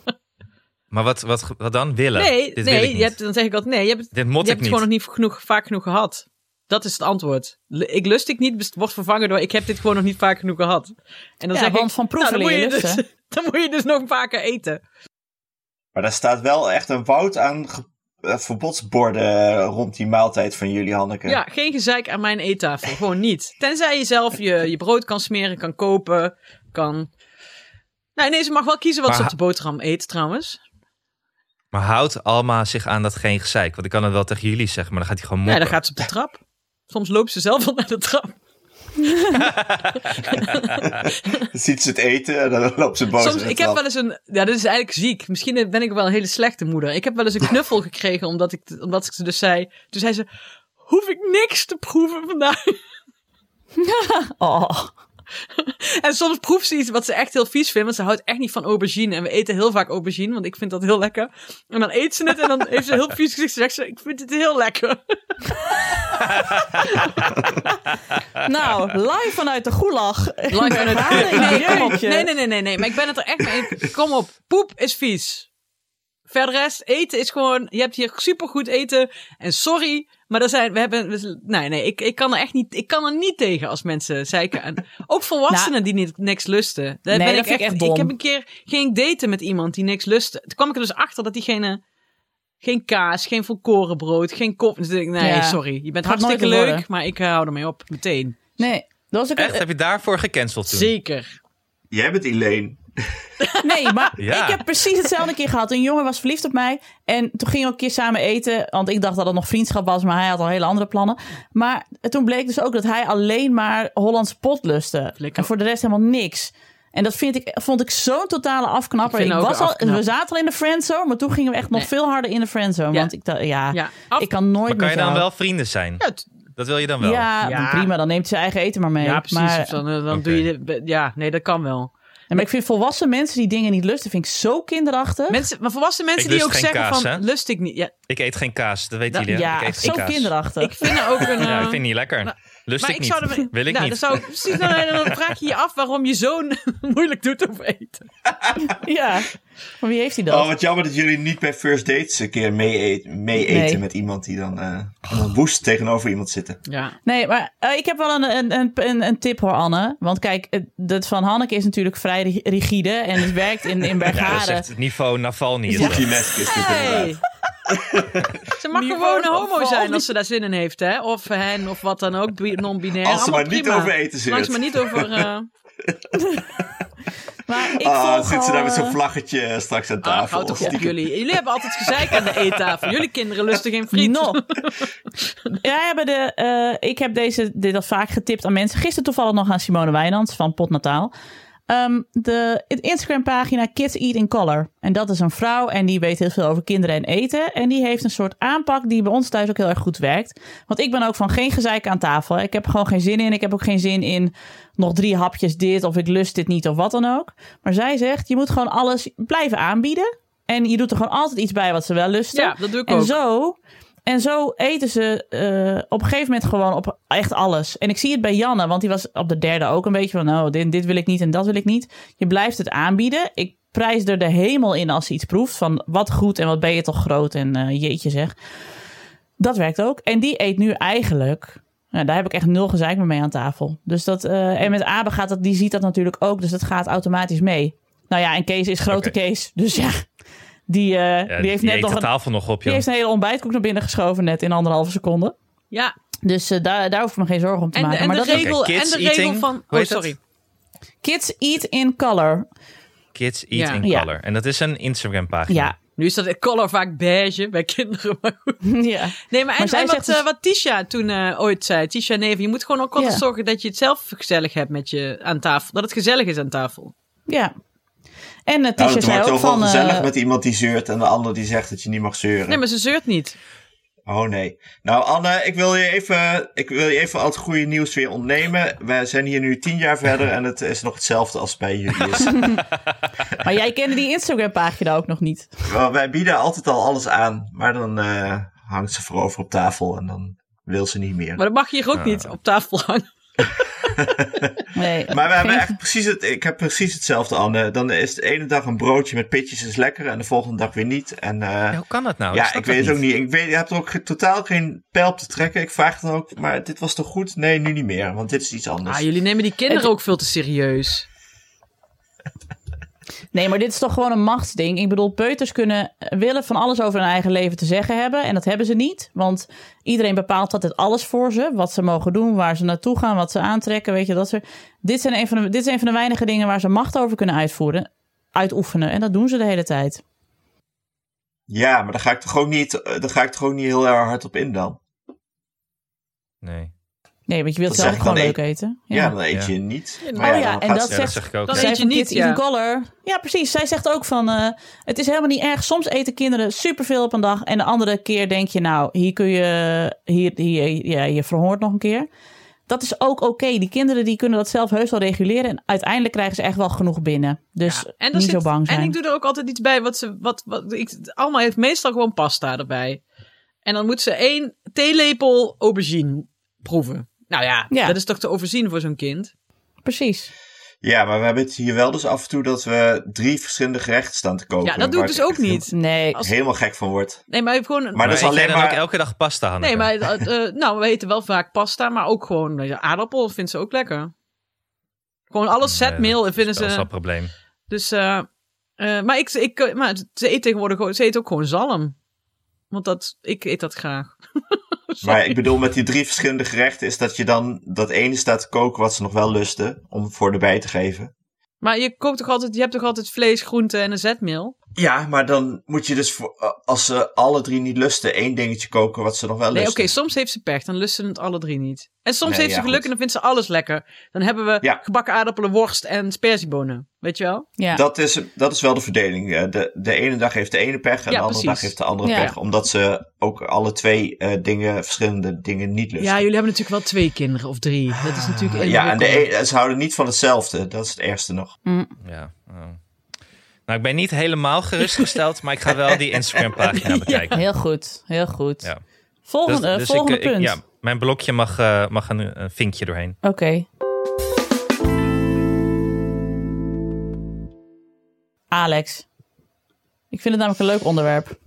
Speaker 4: Maar wat, wat, wat dan? Willen?
Speaker 2: Nee,
Speaker 4: Dit wil ik
Speaker 2: nee
Speaker 4: niet.
Speaker 2: je hebt, dan zeg ik altijd nee. Je hebt het,
Speaker 4: Dit
Speaker 2: je
Speaker 4: mot
Speaker 2: hebt
Speaker 4: ik
Speaker 2: het
Speaker 4: niet.
Speaker 2: gewoon nog niet genoeg, vaak genoeg gehad. Dat is het antwoord. L- Ik lust ik niet best- wordt vervangen door ik heb dit gewoon nog niet vaak genoeg gehad. En dan
Speaker 3: Ja,
Speaker 2: zeg
Speaker 3: want
Speaker 2: ik,
Speaker 3: van
Speaker 2: nou,
Speaker 3: proeven
Speaker 2: dan moet
Speaker 3: leer je
Speaker 2: dus,
Speaker 3: lusten.
Speaker 2: Dan moet je dus nog een paar keer eten.
Speaker 5: Maar daar staat wel echt een woud aan ge- eh, verbodsborden eh, rond die maaltijd van jullie, Hanneke.
Speaker 2: Ja, geen gezeik aan mijn eettafel. Gewoon niet. Tenzij je zelf je, je brood kan smeren, kan kopen, kan... Nou, nee, ze mag wel kiezen wat
Speaker 4: Maar
Speaker 2: ze op
Speaker 4: ha-
Speaker 2: de boterham eet trouwens.
Speaker 4: Maar houdt Alma zich aan dat geen gezeik? Want ik kan het wel tegen jullie zeggen, maar dan gaat hij gewoon
Speaker 2: Nee,
Speaker 4: mokken.
Speaker 2: dan gaat ze op de trap. Soms loopt ze zelf al naar de trap.
Speaker 5: Dan ziet ze het eten en dan loopt ze boos.
Speaker 2: Soms,
Speaker 5: in de
Speaker 2: ik heb
Speaker 5: trap.
Speaker 2: wel eens een. Ja, dit is eigenlijk ziek. Misschien ben ik wel een hele slechte moeder. Ik heb wel eens een knuffel gekregen omdat ik, omdat ik ze dus zei. Toen zei ze: Hoef ik niks te proeven vandaag.
Speaker 3: oh.
Speaker 2: En soms proeft ze iets wat ze echt heel vies vindt. Want ze houdt echt niet van aubergine. En we eten heel vaak aubergine, want ik vind dat heel lekker. En dan eet ze het en dan heeft ze een heel vies gezicht. Ze zegt ze: Ik vind het heel lekker.
Speaker 3: Nou, live vanuit de gulag.
Speaker 2: Lang aan het-
Speaker 3: Nee,
Speaker 2: nee, kom op.
Speaker 3: jeetje.
Speaker 2: nee, nee, nee, nee, nee. Maar ik ben het er echt mee. Kom op. Poep is vies. Verder rest, eten is gewoon. Je hebt hier supergoed eten. En sorry, maar er zijn. We hebben. we- nee, nee, ik, ik kan er echt niet. Ik kan er niet tegen als mensen zeiken. En ook volwassenen die niet, niks lusten. Daar
Speaker 3: Nou, Nee,
Speaker 2: ben
Speaker 3: dat
Speaker 2: ik
Speaker 3: vind ik
Speaker 2: echt.
Speaker 3: echt dom.
Speaker 2: ik heb een keer ging ik daten met iemand die niks lustte. Toen kwam ik er dus achter dat diegene. Geen kaas, geen volkoren brood, geen kop. Dus ik, nee,
Speaker 3: Ja.
Speaker 2: sorry. Je bent
Speaker 3: Gaat nooit
Speaker 2: hartstikke
Speaker 3: meer
Speaker 2: leuk,
Speaker 3: worden.
Speaker 2: maar ik eh, hou ermee op. Meteen.
Speaker 3: Nee, dat was ook
Speaker 4: Echt, heb je daarvoor gecanceld toen?
Speaker 2: Zeker.
Speaker 5: Jij bent Elaine.
Speaker 3: Nee, maar
Speaker 4: Ja.
Speaker 3: ik heb precies hetzelfde keer gehad. Een jongen was verliefd op mij. En toen gingen we een keer samen eten. Want ik dacht dat het nog vriendschap was, maar hij had al hele andere plannen. Maar toen bleek dus ook dat hij alleen maar Hollandse pot lustte.
Speaker 2: Flikker.
Speaker 3: En voor de rest helemaal niks. En dat vind ik, vond ik zo'n totale afknapper.
Speaker 2: Ik
Speaker 3: Ik
Speaker 2: vind ook
Speaker 3: was
Speaker 2: een
Speaker 3: al,
Speaker 2: afknapper.
Speaker 3: we zaten al in de friendzone, maar toen gingen we echt nog
Speaker 2: Nee.
Speaker 3: veel harder in de friendzone.
Speaker 2: Ja.
Speaker 3: Want ik dacht, ja,
Speaker 2: Ja, af-
Speaker 3: Ah, ik kan nooit
Speaker 4: Maar kan
Speaker 3: met
Speaker 4: je dan
Speaker 3: jou.
Speaker 4: wel vrienden zijn?
Speaker 2: Ja, het-
Speaker 4: Dat wil je dan wel?
Speaker 3: Ja,
Speaker 2: Ja.
Speaker 3: prima. Dan neemt hij zijn eigen eten maar mee.
Speaker 2: Ja, precies.
Speaker 3: Maar,
Speaker 2: Of dan eh, dan
Speaker 4: Oké.
Speaker 2: doe je. de- ja, nee, dat kan wel.
Speaker 3: maar ik vind volwassen mensen die dingen niet lusten, vind ik zo kinderachtig.
Speaker 2: Mensen, maar volwassen mensen
Speaker 4: Ik
Speaker 2: die
Speaker 4: lust
Speaker 2: ook
Speaker 4: geen
Speaker 2: zeggen
Speaker 4: kaas,
Speaker 2: van
Speaker 4: hè?
Speaker 2: lust ik niet. Ja,
Speaker 4: Ik eet geen kaas, dat weten
Speaker 2: Dat-
Speaker 4: jullie. hè?
Speaker 3: ja,
Speaker 4: ik eet geen
Speaker 3: zo
Speaker 4: kaas.
Speaker 3: kinderachtig.
Speaker 2: ik vind er ook een.
Speaker 4: Ja,
Speaker 2: eh,
Speaker 4: ik vind het niet lekker. Lust
Speaker 2: maar
Speaker 4: ik
Speaker 2: ik
Speaker 4: niet.
Speaker 2: zou er,
Speaker 4: Wil ik
Speaker 2: nou,
Speaker 4: niet.
Speaker 2: Dan, zou ik, precies, dan, dan vraag je je af waarom je zoon moeilijk doet over eten.
Speaker 3: Ja, maar wie heeft hij dat?
Speaker 5: Oh, wat jammer dat jullie niet bij first dates een keer mee, eet- mee eten
Speaker 3: Nee.
Speaker 5: met iemand die dan eh, dan woest tegenover iemand zitten.
Speaker 2: Ja.
Speaker 3: Nee, maar eh, ik heb wel een, een, een, een, een tip hoor, Anne. Want kijk, eh, dat van Hanneke is natuurlijk vrij ri- rigide en het werkt in, in
Speaker 4: ja, dat is
Speaker 3: Bergharen.
Speaker 4: echt het niveau Navalny. is dat.
Speaker 5: Hoekje nest is dit
Speaker 2: Hey.
Speaker 5: inderdaad.
Speaker 2: Ze mag
Speaker 3: Niveau
Speaker 2: gewoon een
Speaker 3: van-
Speaker 2: homo
Speaker 3: van-
Speaker 2: zijn als ze daar zin in heeft, hè? Of hen, of wat dan ook, bi- non-binair.
Speaker 5: Als ze
Speaker 2: Allemaal
Speaker 5: maar niet
Speaker 2: prima.
Speaker 5: over eten zit.
Speaker 2: Zolang ze maar niet over... eh,
Speaker 3: maar ik
Speaker 5: Ah,
Speaker 3: volg
Speaker 5: zit ze daar
Speaker 3: al,
Speaker 5: met zo'n
Speaker 3: eh,
Speaker 5: vlaggetje eh, straks aan
Speaker 2: ah,
Speaker 5: tafel.
Speaker 2: houd toch op,
Speaker 5: Stiekem.
Speaker 2: jullie. Jullie hebben altijd gezeik aan de eettafel. Jullie kinderen lusten geen friet.
Speaker 3: No. Wij hebben de, eh, ik heb deze, dit al vaak getipt aan mensen. Gisteren toevallig nog aan Simone Wijnands van Pot Nataal. Ehm, de het Instagram-pagina Kids Eat in Color. En dat is een vrouw en die weet heel veel over kinderen en eten. En die heeft een soort aanpak die bij ons thuis ook heel erg goed werkt. Want ik ben ook van geen gezeik aan tafel. hè. Ik heb er gewoon geen zin in. Ik heb ook geen zin in nog drie hapjes dit of ik lust dit niet of wat dan ook. Maar zij zegt, je moet gewoon alles blijven aanbieden. En je doet er gewoon altijd iets bij wat ze wel lusten.
Speaker 2: Ja, dat doe ik
Speaker 3: en
Speaker 2: ook.
Speaker 3: zo... En zo eten ze eh, op een gegeven moment gewoon op echt alles. En ik zie het bij Janne, want die was op de derde ook een beetje van... nou, dit, dit wil ik niet en dat wil ik niet. Je blijft het aanbieden. Ik prijs er de hemel in als ze iets proeft. Van wat goed en wat ben je toch groot en eh, jeetje zeg. Dat werkt ook. En die eet nu eigenlijk... Nou, daar heb ik echt nul gezeik meer mee aan tafel. Dus dat, eh, en met Abe gaat dat, die ziet dat natuurlijk ook. Dus dat gaat automatisch mee. Nou ja, en Kees is grote
Speaker 4: Oké.
Speaker 3: Kees. Dus ja, die, eh,
Speaker 4: Ja,
Speaker 3: die heeft net
Speaker 4: eet
Speaker 3: nog
Speaker 4: de
Speaker 3: een
Speaker 4: tafel nog op,
Speaker 3: die
Speaker 4: joh.
Speaker 3: heeft een hele ontbijtkoek naar binnen geschoven net in anderhalve seconde.
Speaker 2: Ja,
Speaker 3: Dus eh, daar, daar hoef ik me geen zorgen om te
Speaker 2: en, de-
Speaker 3: maken.
Speaker 2: en,
Speaker 3: maar
Speaker 2: de
Speaker 3: dat is-
Speaker 2: regel,
Speaker 4: Oké,
Speaker 2: en
Speaker 4: kids
Speaker 2: de regel
Speaker 4: eating,
Speaker 2: van...
Speaker 4: hoe
Speaker 2: Oh,
Speaker 4: heet dat?
Speaker 2: sorry.
Speaker 3: Kids eat in color.
Speaker 4: Kids Eat
Speaker 2: Ja.
Speaker 4: in
Speaker 3: Ja.
Speaker 4: Color. En dat is een Instagram-pagina.
Speaker 3: Ja.
Speaker 2: Nu is dat de color vaak beige bij kinderen. Maar goed.
Speaker 3: ja.
Speaker 2: Nee, maar, en,
Speaker 3: Maar zij
Speaker 2: en wat,
Speaker 3: zegt dus-
Speaker 2: eh, wat Tisha toen eh, ooit zei. Tisha Neven, je moet gewoon ook altijd
Speaker 3: Ja.
Speaker 2: zorgen dat je het zelf gezellig hebt met je aan tafel. Dat het gezellig is aan tafel.
Speaker 3: Ja. En het
Speaker 5: Nou,
Speaker 3: Tisha
Speaker 5: het
Speaker 3: zei
Speaker 5: wordt
Speaker 3: ook
Speaker 5: toch wel
Speaker 3: van...
Speaker 5: gezellig
Speaker 3: eh,
Speaker 5: met iemand die zeurt en de ander die zegt dat je niet mag zeuren.
Speaker 2: Nee, maar ze zeurt niet.
Speaker 5: Oh nee. Nou Anne, ik wil je even, ik wil je even al het goede nieuws weer ontnemen. We zijn hier nu tien jaar verder en het is nog hetzelfde als bij jullie is.
Speaker 3: Maar jij kende die Instagram-pagina ook nog niet.
Speaker 5: Wel, wij bieden altijd al alles aan, maar dan eh, hangt ze voorover op tafel en dan wil ze niet meer.
Speaker 2: Maar dat mag hier ook niet op tafel hangen.
Speaker 3: Nee.
Speaker 5: Maar we hebben
Speaker 3: Geen-
Speaker 5: echt precies het, ik heb precies hetzelfde Anne. Dan is de ene dag een broodje met pitjes is lekker en de volgende dag weer niet. En eh,
Speaker 4: Ja, hoe kan dat nou?
Speaker 5: ja,
Speaker 4: snap
Speaker 5: ik
Speaker 4: dat
Speaker 5: weet het ook niet. Ik weet, je hebt er ook ge- totaal geen pijl op te trekken. Ik vraag dan ook, maar dit was toch goed? Nee, nu niet meer, want dit is iets anders.
Speaker 2: Ah, jullie nemen die kinderen ook veel te serieus.
Speaker 3: Nee, maar dit is toch gewoon een machtsding. Ik bedoel, peuters kunnen eh, willen van alles over hun eigen leven te zeggen hebben. En dat hebben ze niet. Want iedereen bepaalt altijd alles voor ze. Wat ze mogen doen, waar ze naartoe gaan, wat ze aantrekken. Weet je, dat soort. Dit, zijn een van de, dit is een van de weinige dingen waar ze macht over kunnen uitvoeren, uitoefenen. En dat doen ze de hele tijd.
Speaker 5: Ja, maar daar ga ik toch ook niet, eh, daar ga ik toch ook niet heel erg hard op in dan.
Speaker 4: Nee.
Speaker 3: Nee, want je wilt
Speaker 5: Dat
Speaker 3: zelf
Speaker 5: zeg
Speaker 3: ook
Speaker 5: ik
Speaker 3: gewoon
Speaker 5: dan
Speaker 3: leuk eten.
Speaker 5: Ja, dan eet je niet.
Speaker 2: Ja,
Speaker 5: Maar
Speaker 3: oh ja,
Speaker 5: dan
Speaker 3: en
Speaker 5: gaat
Speaker 3: dat
Speaker 5: ze-
Speaker 4: Ja, dat
Speaker 3: zegt-
Speaker 4: zeg ik ook.
Speaker 2: Dan
Speaker 4: ja.
Speaker 3: Zij
Speaker 2: eet je
Speaker 3: van
Speaker 2: niet,
Speaker 3: Kids Eat
Speaker 2: ja.
Speaker 3: in Color. Ja, precies. Zij zegt ook van... eh, het is helemaal niet erg. Soms eten kinderen superveel op een dag. En de andere keer denk je... Nou, hier kun je... Hier, hier, ja, je verhoort nog een keer. Dat is ook oké. Die kinderen die kunnen dat zelf heus wel reguleren. En uiteindelijk krijgen ze echt wel genoeg binnen. Dus
Speaker 2: Ja, en er
Speaker 3: niet
Speaker 2: zit-
Speaker 3: zo bang zijn.
Speaker 2: En ik doe er ook altijd iets bij. Wat ze, wat, wat, ik, Alma heeft meestal gewoon pasta erbij. En dan moet ze één theelepel aubergine proeven. Nou ja,
Speaker 3: Ja.
Speaker 2: dat is toch te overzien voor zo'n kind.
Speaker 3: Precies.
Speaker 5: Ja, maar we hebben het hier wel dus af en toe dat we drie verschillende gerechten staan te kopen.
Speaker 2: Ja, dat doe ik
Speaker 5: waar
Speaker 2: dus
Speaker 5: echt
Speaker 2: ook niet.
Speaker 3: Nee.
Speaker 2: Als-
Speaker 5: Helemaal gek van word.
Speaker 2: Nee, maar gewoon...
Speaker 5: Maar dat is
Speaker 4: eet jij
Speaker 5: alleen
Speaker 4: dan
Speaker 5: maar-
Speaker 4: ook elke dag pasta, Hanneke?
Speaker 2: nee, maar eh, eh, nou, we eten wel vaak pasta, maar ook gewoon weet je, aardappel vindt ze ook lekker. Gewoon alles
Speaker 4: Nee,
Speaker 2: zetmeel
Speaker 4: dat
Speaker 2: vinden
Speaker 4: is wel eens
Speaker 2: ze.
Speaker 4: een probleem.
Speaker 2: Dus, eh, eh, maar, ik, ik, eh, maar ze eet tegenwoordig gewoon- ze eet ook gewoon zalm. Want dat, ik eet dat graag.
Speaker 5: Maar ik bedoel, met die drie verschillende gerechten is dat je dan dat ene staat te koken wat ze nog wel lusten, om voor erbij te geven.
Speaker 2: Maar je, koopt toch altijd, je hebt toch altijd vlees, groente en een zetmeel?
Speaker 5: Ja, maar dan moet je dus, voor, eh, als ze alle drie niet lusten, één dingetje koken wat ze nog wel
Speaker 2: Nee, oké,
Speaker 5: lusten.
Speaker 2: soms heeft ze pech. Dan lust ze het alle drie niet. En soms
Speaker 5: Nee,
Speaker 2: heeft ze
Speaker 5: ja,
Speaker 2: geluk
Speaker 5: goed.
Speaker 2: en dan vindt ze alles lekker. Dan hebben we
Speaker 5: Ja.
Speaker 2: gebakken aardappelen, worst en sperziebonen. Weet je wel?
Speaker 3: Ja.
Speaker 5: Dat is, dat is wel de verdeling. eh, De, de ene dag heeft de ene pech en
Speaker 2: Ja,
Speaker 5: de andere
Speaker 2: precies.
Speaker 5: dag heeft de andere
Speaker 3: Ja.
Speaker 5: pech. Omdat ze ook alle twee eh, dingen, verschillende dingen niet lusten.
Speaker 2: ja, jullie hebben natuurlijk wel twee kinderen of drie. Dat is natuurlijk
Speaker 5: Ja, en de
Speaker 2: ingewikkeld.
Speaker 5: e- ze houden niet van hetzelfde. Dat is het ergste nog.
Speaker 4: Ja. oh. Nou, ik ben niet helemaal gerustgesteld, maar ik ga wel die Instagram-pagina bekijken.
Speaker 3: Heel goed. Heel goed.
Speaker 4: Ja. Dus-
Speaker 3: Volgende,
Speaker 4: dus ik,
Speaker 3: volgende
Speaker 4: eh, ik-
Speaker 3: punt.
Speaker 4: ja, mijn blokje mag, eh, mag een, een vinkje doorheen.
Speaker 3: Oké. Alex. Ik vind het namelijk een leuk onderwerp.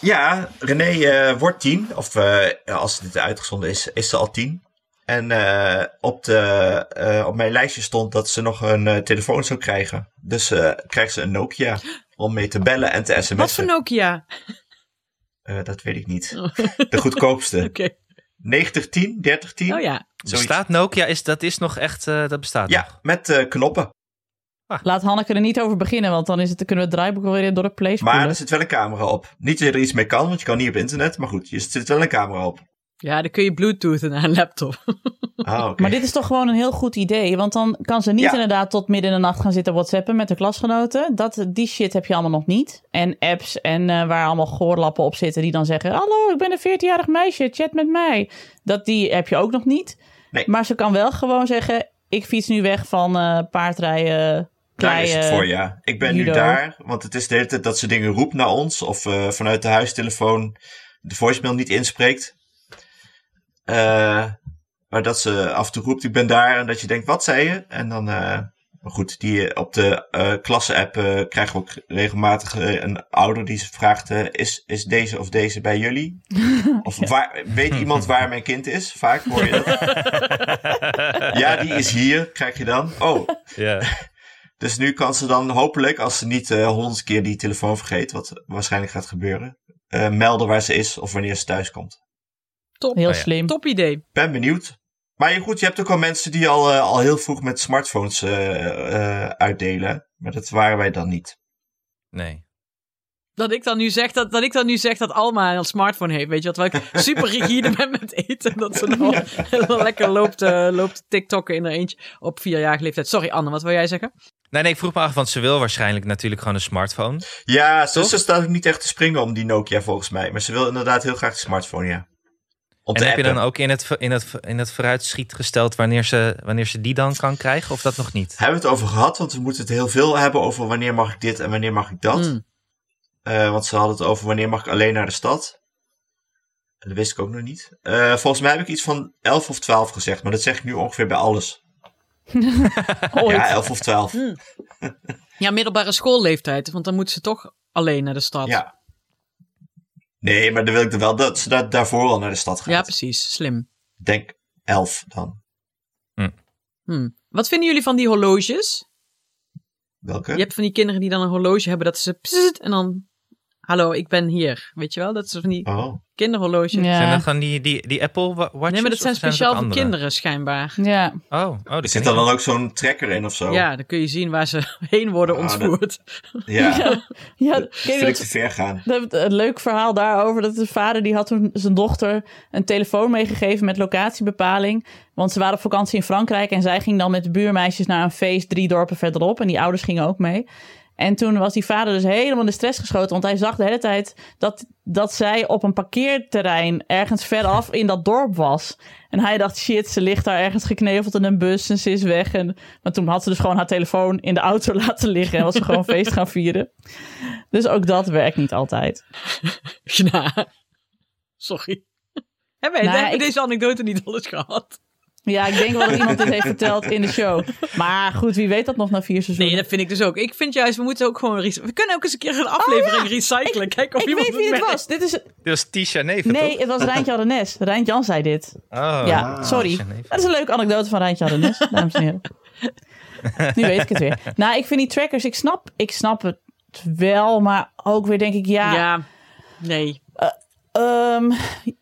Speaker 5: Ja, René eh, wordt tien. Of eh, als dit uitgezonden is, is ze al tien. En eh, op, de, eh, op mijn lijstje stond dat ze nog een eh, telefoon zou krijgen. Dus eh, krijgt ze een Nokia om mee te bellen en te sms'en.
Speaker 2: Wat voor Nokia?
Speaker 5: Eh, dat weet ik niet. De goedkoopste.
Speaker 2: Oh. Oké.
Speaker 5: 9010, 3010.
Speaker 2: Oh ja.
Speaker 5: zoiets.
Speaker 4: Bestaat Nokia? Is, dat is nog echt, eh, dat bestaat nog.
Speaker 5: Ja, met eh, knoppen.
Speaker 3: Laat Hanneke er niet over beginnen, want dan is het, dan kunnen we het draaiboek weer door de play spoelen.
Speaker 5: Maar er zit wel een camera op. Niet dat je er iets mee kan, want je kan niet op internet. Maar goed, er zit wel een camera op.
Speaker 2: Ja, dan kun je bluetoothen aan een laptop.
Speaker 5: Ah, oké.
Speaker 3: Maar dit is toch gewoon een heel goed idee, want dan kan ze niet
Speaker 5: Ja.
Speaker 3: inderdaad tot midden in de nacht gaan zitten whatsappen met de klasgenoten. Dat, die shit heb je allemaal nog niet. En apps en eh, waar allemaal goorlappen op zitten die dan zeggen, hallo, ik ben een 14-jarig meisje, chat met mij. Dat die heb je ook nog niet.
Speaker 5: Nee.
Speaker 3: Maar ze kan wel gewoon zeggen, ik fiets nu weg van eh, paardrijden,
Speaker 5: Daar Nou, is het
Speaker 3: kleien,
Speaker 5: voor, ja. Ik ben nu
Speaker 3: judo.
Speaker 5: daar, want het is de hele tijd dat ze dingen roept naar ons. Of eh, vanuit de huistelefoon de voicemail niet inspreekt. Eh, maar dat ze af en toe roept, ik ben daar. En dat je denkt, wat zei je? En dan, eh, maar goed, die eh, op de eh klasse-app eh, krijgen we ook regelmatig eh, een ouder die ze vraagt, eh, is, is deze of deze bij jullie? Of waar, weet iemand waar mijn kind is? Vaak hoor je dat. ja, die is hier, krijg je dan. Oh,
Speaker 4: Ja.
Speaker 5: dus nu kan ze dan hopelijk, als ze niet eh, honderd keer die telefoon vergeet, wat waarschijnlijk gaat gebeuren, eh, melden waar ze is of wanneer ze thuis komt.
Speaker 2: Top.
Speaker 3: Heel
Speaker 4: Oh ja.
Speaker 3: slim.
Speaker 2: Top idee.
Speaker 5: Ben benieuwd. Maar je- goed, je hebt ook al mensen die al, eh, al heel vroeg met smartphones eh, eh, uitdelen. Maar dat waren wij dan niet.
Speaker 4: Nee.
Speaker 2: Dat ik dan nu zeg dat, dat, ik dan nu zeg dat Alma een smartphone heeft. Weet je wat? Terwijl ik super rigide ben met eten. Dat ze dan wel- wel lekker loopt, eh loopt te TikTokken in haar eentje op vierjarige leeftijd. Sorry Anne, wat wil jij zeggen?
Speaker 4: Nee, nee, ik vroeg me af, want ze wil waarschijnlijk natuurlijk gewoon een smartphone.
Speaker 5: Ja, ze,
Speaker 4: Toch?
Speaker 5: ze staat ook niet echt te springen om die Nokia volgens mij. Maar ze wil inderdaad heel graag de smartphone, ja. Om
Speaker 4: en
Speaker 5: te
Speaker 4: heb je
Speaker 5: appen.
Speaker 4: dan ook in het, in het, in het vooruitschiet gesteld wanneer ze, wanneer ze die dan kan krijgen? Of dat nog niet?
Speaker 5: Hebben we het over gehad, want we moeten het heel veel hebben over wanneer mag ik dit en wanneer mag ik
Speaker 4: Hmm.
Speaker 5: dat.
Speaker 2: Mm.
Speaker 5: Eh, want ze hadden het over wanneer mag ik alleen naar de stad. En dat wist ik ook nog niet. Eh, volgens mij heb ik iets van 11 of 12 gezegd, maar dat zeg ik nu ongeveer bij alles.
Speaker 3: Ooit.
Speaker 5: Ja, 11 of 12.
Speaker 2: Ja, middelbare schoolleeftijd. Want dan moet ze toch alleen naar de stad.
Speaker 5: Ja. Nee, maar dan wil ik er wel dat ze daar, daarvoor al naar de stad
Speaker 2: Ja,
Speaker 5: gaat.
Speaker 2: precies. Slim.
Speaker 5: Denk 11 dan.
Speaker 2: Hm. Wat vinden jullie van die horloges?
Speaker 5: Welke?
Speaker 2: Je hebt van die kinderen die dan een horloge hebben dat ze pssst, en dan hallo, ik ben hier. Weet je wel? Dat ze van die
Speaker 5: Oh.
Speaker 2: kinderhorloges.
Speaker 4: Zijn dat
Speaker 3: Ja.
Speaker 4: gewoon die, die, die Apple wa- Watches?
Speaker 2: Nee, maar dat zijn
Speaker 4: of ook
Speaker 2: speciaal voor
Speaker 4: andere?
Speaker 2: kinderen schijnbaar.
Speaker 3: ja.
Speaker 4: Oh, oh die
Speaker 5: Zit
Speaker 4: ken
Speaker 5: er
Speaker 4: ik
Speaker 5: dan ook zo'n tracker in of zo?
Speaker 2: Ja, dan kun je zien waar ze heen worden
Speaker 5: Oh. Ah, dat-
Speaker 2: ontvoerd.
Speaker 5: ja.
Speaker 3: Ja,
Speaker 5: Dat
Speaker 3: ken je
Speaker 5: vind ik
Speaker 3: dat-
Speaker 5: te ver gaan.
Speaker 3: dat- Een leuk verhaal daarover. Dat de vader die had toen zijn dochter een telefoon meegegeven met locatiebepaling. Want ze waren op vakantie in Frankrijk. En zij ging dan met de buurmeisjes naar een feest drie dorpen verderop. En die ouders gingen ook mee. En toen was die vader dus helemaal in de stress geschoten. Want hij zag de hele tijd dat, dat zij op een parkeerterrein ergens veraf in dat dorp was. En hij dacht, shit, ze ligt daar ergens gekneveld in een bus en ze is weg. En, maar toen had ze dus gewoon haar telefoon in de auto laten liggen. En was ze gewoon feest gaan vieren. Dus ook dat werkt niet altijd.
Speaker 2: Ja. Sorry. Hebben we
Speaker 3: Nou,
Speaker 2: hebben we
Speaker 3: ik-
Speaker 2: deze anekdote niet alles gehad?
Speaker 3: Ja, ik denk wel dat iemand dit heeft verteld in de show. Maar goed, wie weet dat nog na vier seizoenen.
Speaker 2: Nee, dat vind ik dus ook. Ik vind juist, we moeten ook gewoon... rec- We kunnen ook eens een keer een aflevering recyclen. Kijken of
Speaker 3: ik
Speaker 2: iemand
Speaker 3: weet wie het
Speaker 2: merkt.
Speaker 3: was. Dit is...
Speaker 4: Dit was Tisha Neven,
Speaker 3: Nee,
Speaker 4: toch?
Speaker 3: het was Rijntje Adrenes. Rijnt Jan zei dit.
Speaker 4: Oh,
Speaker 3: ja, sorry.
Speaker 4: Tisha Neven.
Speaker 3: Dat is een leuke anekdote van Rijntje Adrenes, dames en heren. Nu weet ik het weer. Nou, ik vind die trackers, ik snap, ik snap het wel, maar ook weer denk ik, ja,
Speaker 2: Ja, nee.
Speaker 3: ehm,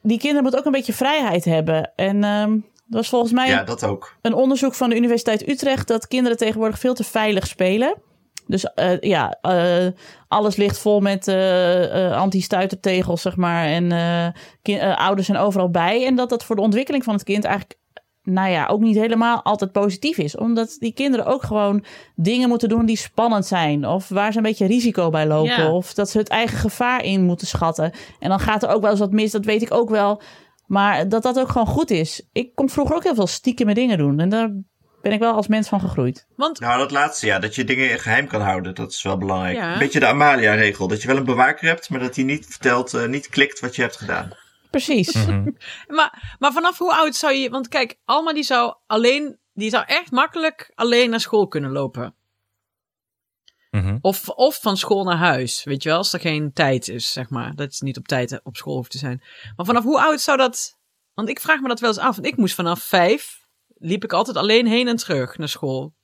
Speaker 3: die kinderen moeten ook een beetje vrijheid hebben. En ehm dat was volgens mij
Speaker 5: Ja, dat ook.
Speaker 3: een onderzoek van de Universiteit Utrecht dat kinderen tegenwoordig veel te veilig spelen. Dus eh, ja, eh, alles ligt vol met eh, eh, anti-stuitertegels, zeg maar. En eh, kin- eh, ouders zijn overal bij. En dat dat voor de ontwikkeling van het kind eigenlijk, nou ja, ook niet helemaal altijd positief is. Omdat die kinderen ook gewoon dingen moeten doen die spannend zijn. Of waar ze een beetje risico bij lopen.
Speaker 2: Ja.
Speaker 3: Of dat ze het eigen gevaar in moeten schatten. En dan gaat er ook wel eens wat mis, dat weet ik ook wel. Maar dat dat ook gewoon goed is. Ik kon vroeger ook heel veel stiekeme dingen doen. En daar ben ik wel als mens van gegroeid.
Speaker 2: Want
Speaker 5: Nou, dat laatste, ja. Dat je dingen geheim kan houden, dat is wel belangrijk.
Speaker 2: Ja.
Speaker 5: Een beetje de Amalia-regel. Dat je wel een bewaker hebt, maar dat hij niet vertelt, eh, niet klikt wat je hebt gedaan.
Speaker 3: Precies.
Speaker 4: Mhm,
Speaker 2: Maar, maar vanaf hoe oud zou je. Want kijk, Alma die zou alleen. Die zou echt makkelijk alleen naar school kunnen lopen.
Speaker 4: Mhm.
Speaker 2: Of, of van school naar huis. Weet je wel, als er geen tijd is, zeg maar. Dat is niet op tijd op school hoeft te zijn. Maar vanaf hoe oud zou dat. Want ik vraag me dat wel eens af. Want ik moest vanaf vijf. liep ik altijd alleen heen en terug naar school.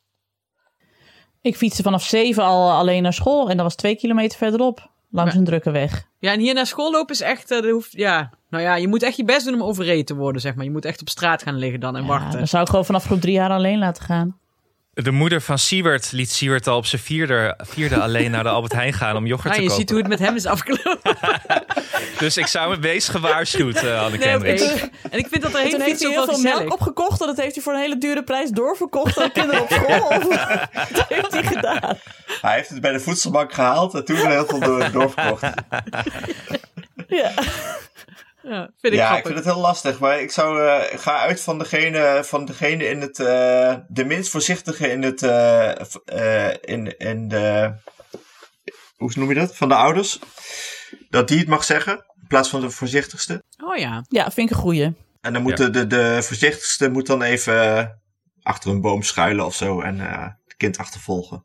Speaker 3: Ik fietste vanaf zeven al alleen naar school. En dat was twee kilometer verderop. Langs
Speaker 2: Maar-
Speaker 3: een drukke weg.
Speaker 2: Ja, en hier naar school lopen is echt. eh, dat hoeft, ja, nou ja, je moet echt je best doen om overreden te worden, zeg maar. Je moet echt op straat gaan liggen dan en
Speaker 3: Ja,
Speaker 2: wachten.
Speaker 3: dan zou ik gewoon vanaf groep drie jaar alleen laten gaan.
Speaker 4: De moeder van Siewert liet Siewert al op zijn vierde, vierde alleen naar de Albert Heijn gaan om yoghurt
Speaker 2: Ah,
Speaker 4: te
Speaker 2: je
Speaker 4: kopen.
Speaker 2: ziet hoe het met hem is afgelopen.
Speaker 4: Dus ik zou me wees gewaarschuwd, eh Anne
Speaker 2: Nee, oké.
Speaker 4: Kendricks.
Speaker 2: En ik vind dat er heen
Speaker 3: toen heeft
Speaker 2: fietsen
Speaker 3: hij heel
Speaker 2: wel
Speaker 3: veel
Speaker 2: gezellig.
Speaker 3: melk opgekocht. En dat heeft hij voor een hele dure prijs doorverkocht aan kinderen op school. dat heeft hij gedaan.
Speaker 5: Hij heeft het bij de voedselbank gehaald en toen er heel veel door, doorverkocht.
Speaker 3: Ja.
Speaker 2: Ja, vind ik
Speaker 5: Ja, ik
Speaker 2: grappig.
Speaker 5: vind het heel lastig. Maar ik zou, eh, ga uit van degene, van degene in het, eh, de minst voorzichtige in het, eh, v- eh, in, in de, hoe noem je dat? Van de ouders. Dat die het mag zeggen. In plaats van de voorzichtigste.
Speaker 2: Oh ja.
Speaker 3: Ja, vind ik een goeie.
Speaker 5: En dan moet de, de, de voorzichtigste moet dan even eh, achter een boom schuilen of zo en eh, het kind achtervolgen.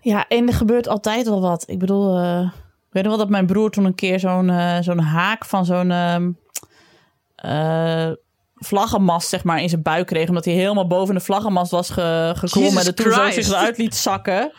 Speaker 3: Ja, en er gebeurt altijd wel wat. Ik bedoel, eh, ik weet nog wel dat mijn broer toen een keer zo'n eh, zo'n haak van zo'n ehm, eh, vlaggenmast zeg maar, in zijn buik kreeg. Omdat hij helemaal boven de vlaggenmast was ge geklommen.
Speaker 2: Jesus
Speaker 3: En toen zo
Speaker 2: Christ.
Speaker 3: zich eruit liet zakken.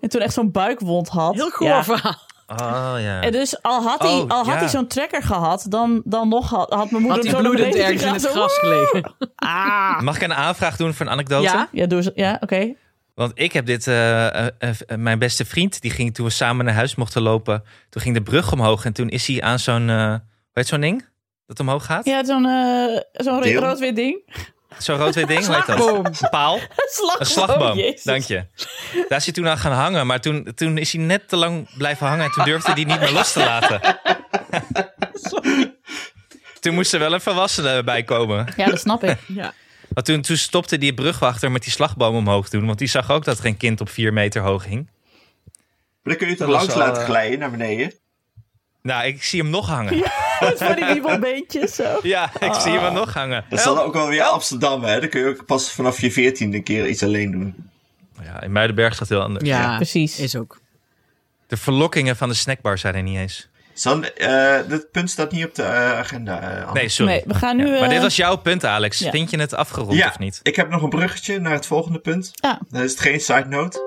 Speaker 3: En toen echt zo'n buikwond had.
Speaker 2: Heel goor
Speaker 3: Ja.
Speaker 2: verhaal.
Speaker 4: Oh ja.
Speaker 3: En dus al had hij,
Speaker 4: Oh,
Speaker 3: al had
Speaker 4: ja.
Speaker 3: hij zo'n trekker gehad, dan, dan nog had, had mijn moeder
Speaker 2: Had hij
Speaker 3: hem zo naar
Speaker 2: bloedend
Speaker 3: beneden
Speaker 2: ergens in het gras
Speaker 3: gegraven.
Speaker 2: gelegen.
Speaker 3: Ah.
Speaker 4: Mag ik een aanvraag doen voor een anekdote?
Speaker 2: Ja?
Speaker 3: Ja, doe ze. Ja, oké.
Speaker 4: Want ik heb dit, eh, eh, eh, mijn beste vriend, die ging toen we samen naar huis mochten lopen. Toen ging de brug omhoog en toen is hij aan zo'n, eh hoe heet zo'n ding? Dat omhoog gaat?
Speaker 3: Ja, zo'n eh, zo'n
Speaker 5: Deel.
Speaker 3: rood-wit ding.
Speaker 4: Zo'n rood-wit ding, hoe heet dat?
Speaker 2: Slagboom.
Speaker 4: Een paal.
Speaker 3: Slagboom.
Speaker 4: Een slagboom,
Speaker 3: Oh, Jezus.
Speaker 4: dank je. Daar is hij toen aan gaan hangen, maar toen, toen is hij net te lang blijven hangen en toen durfde hij niet meer los te laten. toen moest er wel een volwassene bij komen.
Speaker 3: Ja, dat snap ik.
Speaker 2: Ja.
Speaker 4: Maar toen, toen stopte die brugwachter met die slagboom omhoog doen, want die zag ook dat er een kind op vier meter hoog hing.
Speaker 5: Maar dan kun je het er
Speaker 4: Dat was
Speaker 5: langs
Speaker 4: wel,
Speaker 5: laten
Speaker 4: eh,
Speaker 5: glijden naar beneden.
Speaker 4: Nou, ik zie hem nog hangen. Ja,
Speaker 3: Met van die wiebelbeentjes zo.
Speaker 4: ik zie
Speaker 3: Oh.
Speaker 4: hem nog hangen.
Speaker 5: Dat is dan ook wel weer Amsterdam, hè? Dan kun je ook pas vanaf je veertiende keer iets alleen doen.
Speaker 4: Ja, in Muidenberg is dat heel anders.
Speaker 2: ja,
Speaker 3: precies.
Speaker 2: Is ook.
Speaker 4: De verlokkingen van de snackbar zijn er niet eens.
Speaker 5: San, eh, dat punt staat niet op de eh, agenda. eh, Anne.
Speaker 4: Nee, sorry.
Speaker 3: Nee, we gaan nu...
Speaker 4: Ja,
Speaker 3: eh,
Speaker 4: maar dit was jouw punt, Alex.
Speaker 3: ja.
Speaker 4: Vind je het afgerond
Speaker 5: ja,
Speaker 4: of niet?
Speaker 5: ik heb nog een bruggetje naar het volgende punt.
Speaker 3: Ja.
Speaker 5: Dan is het geen side note.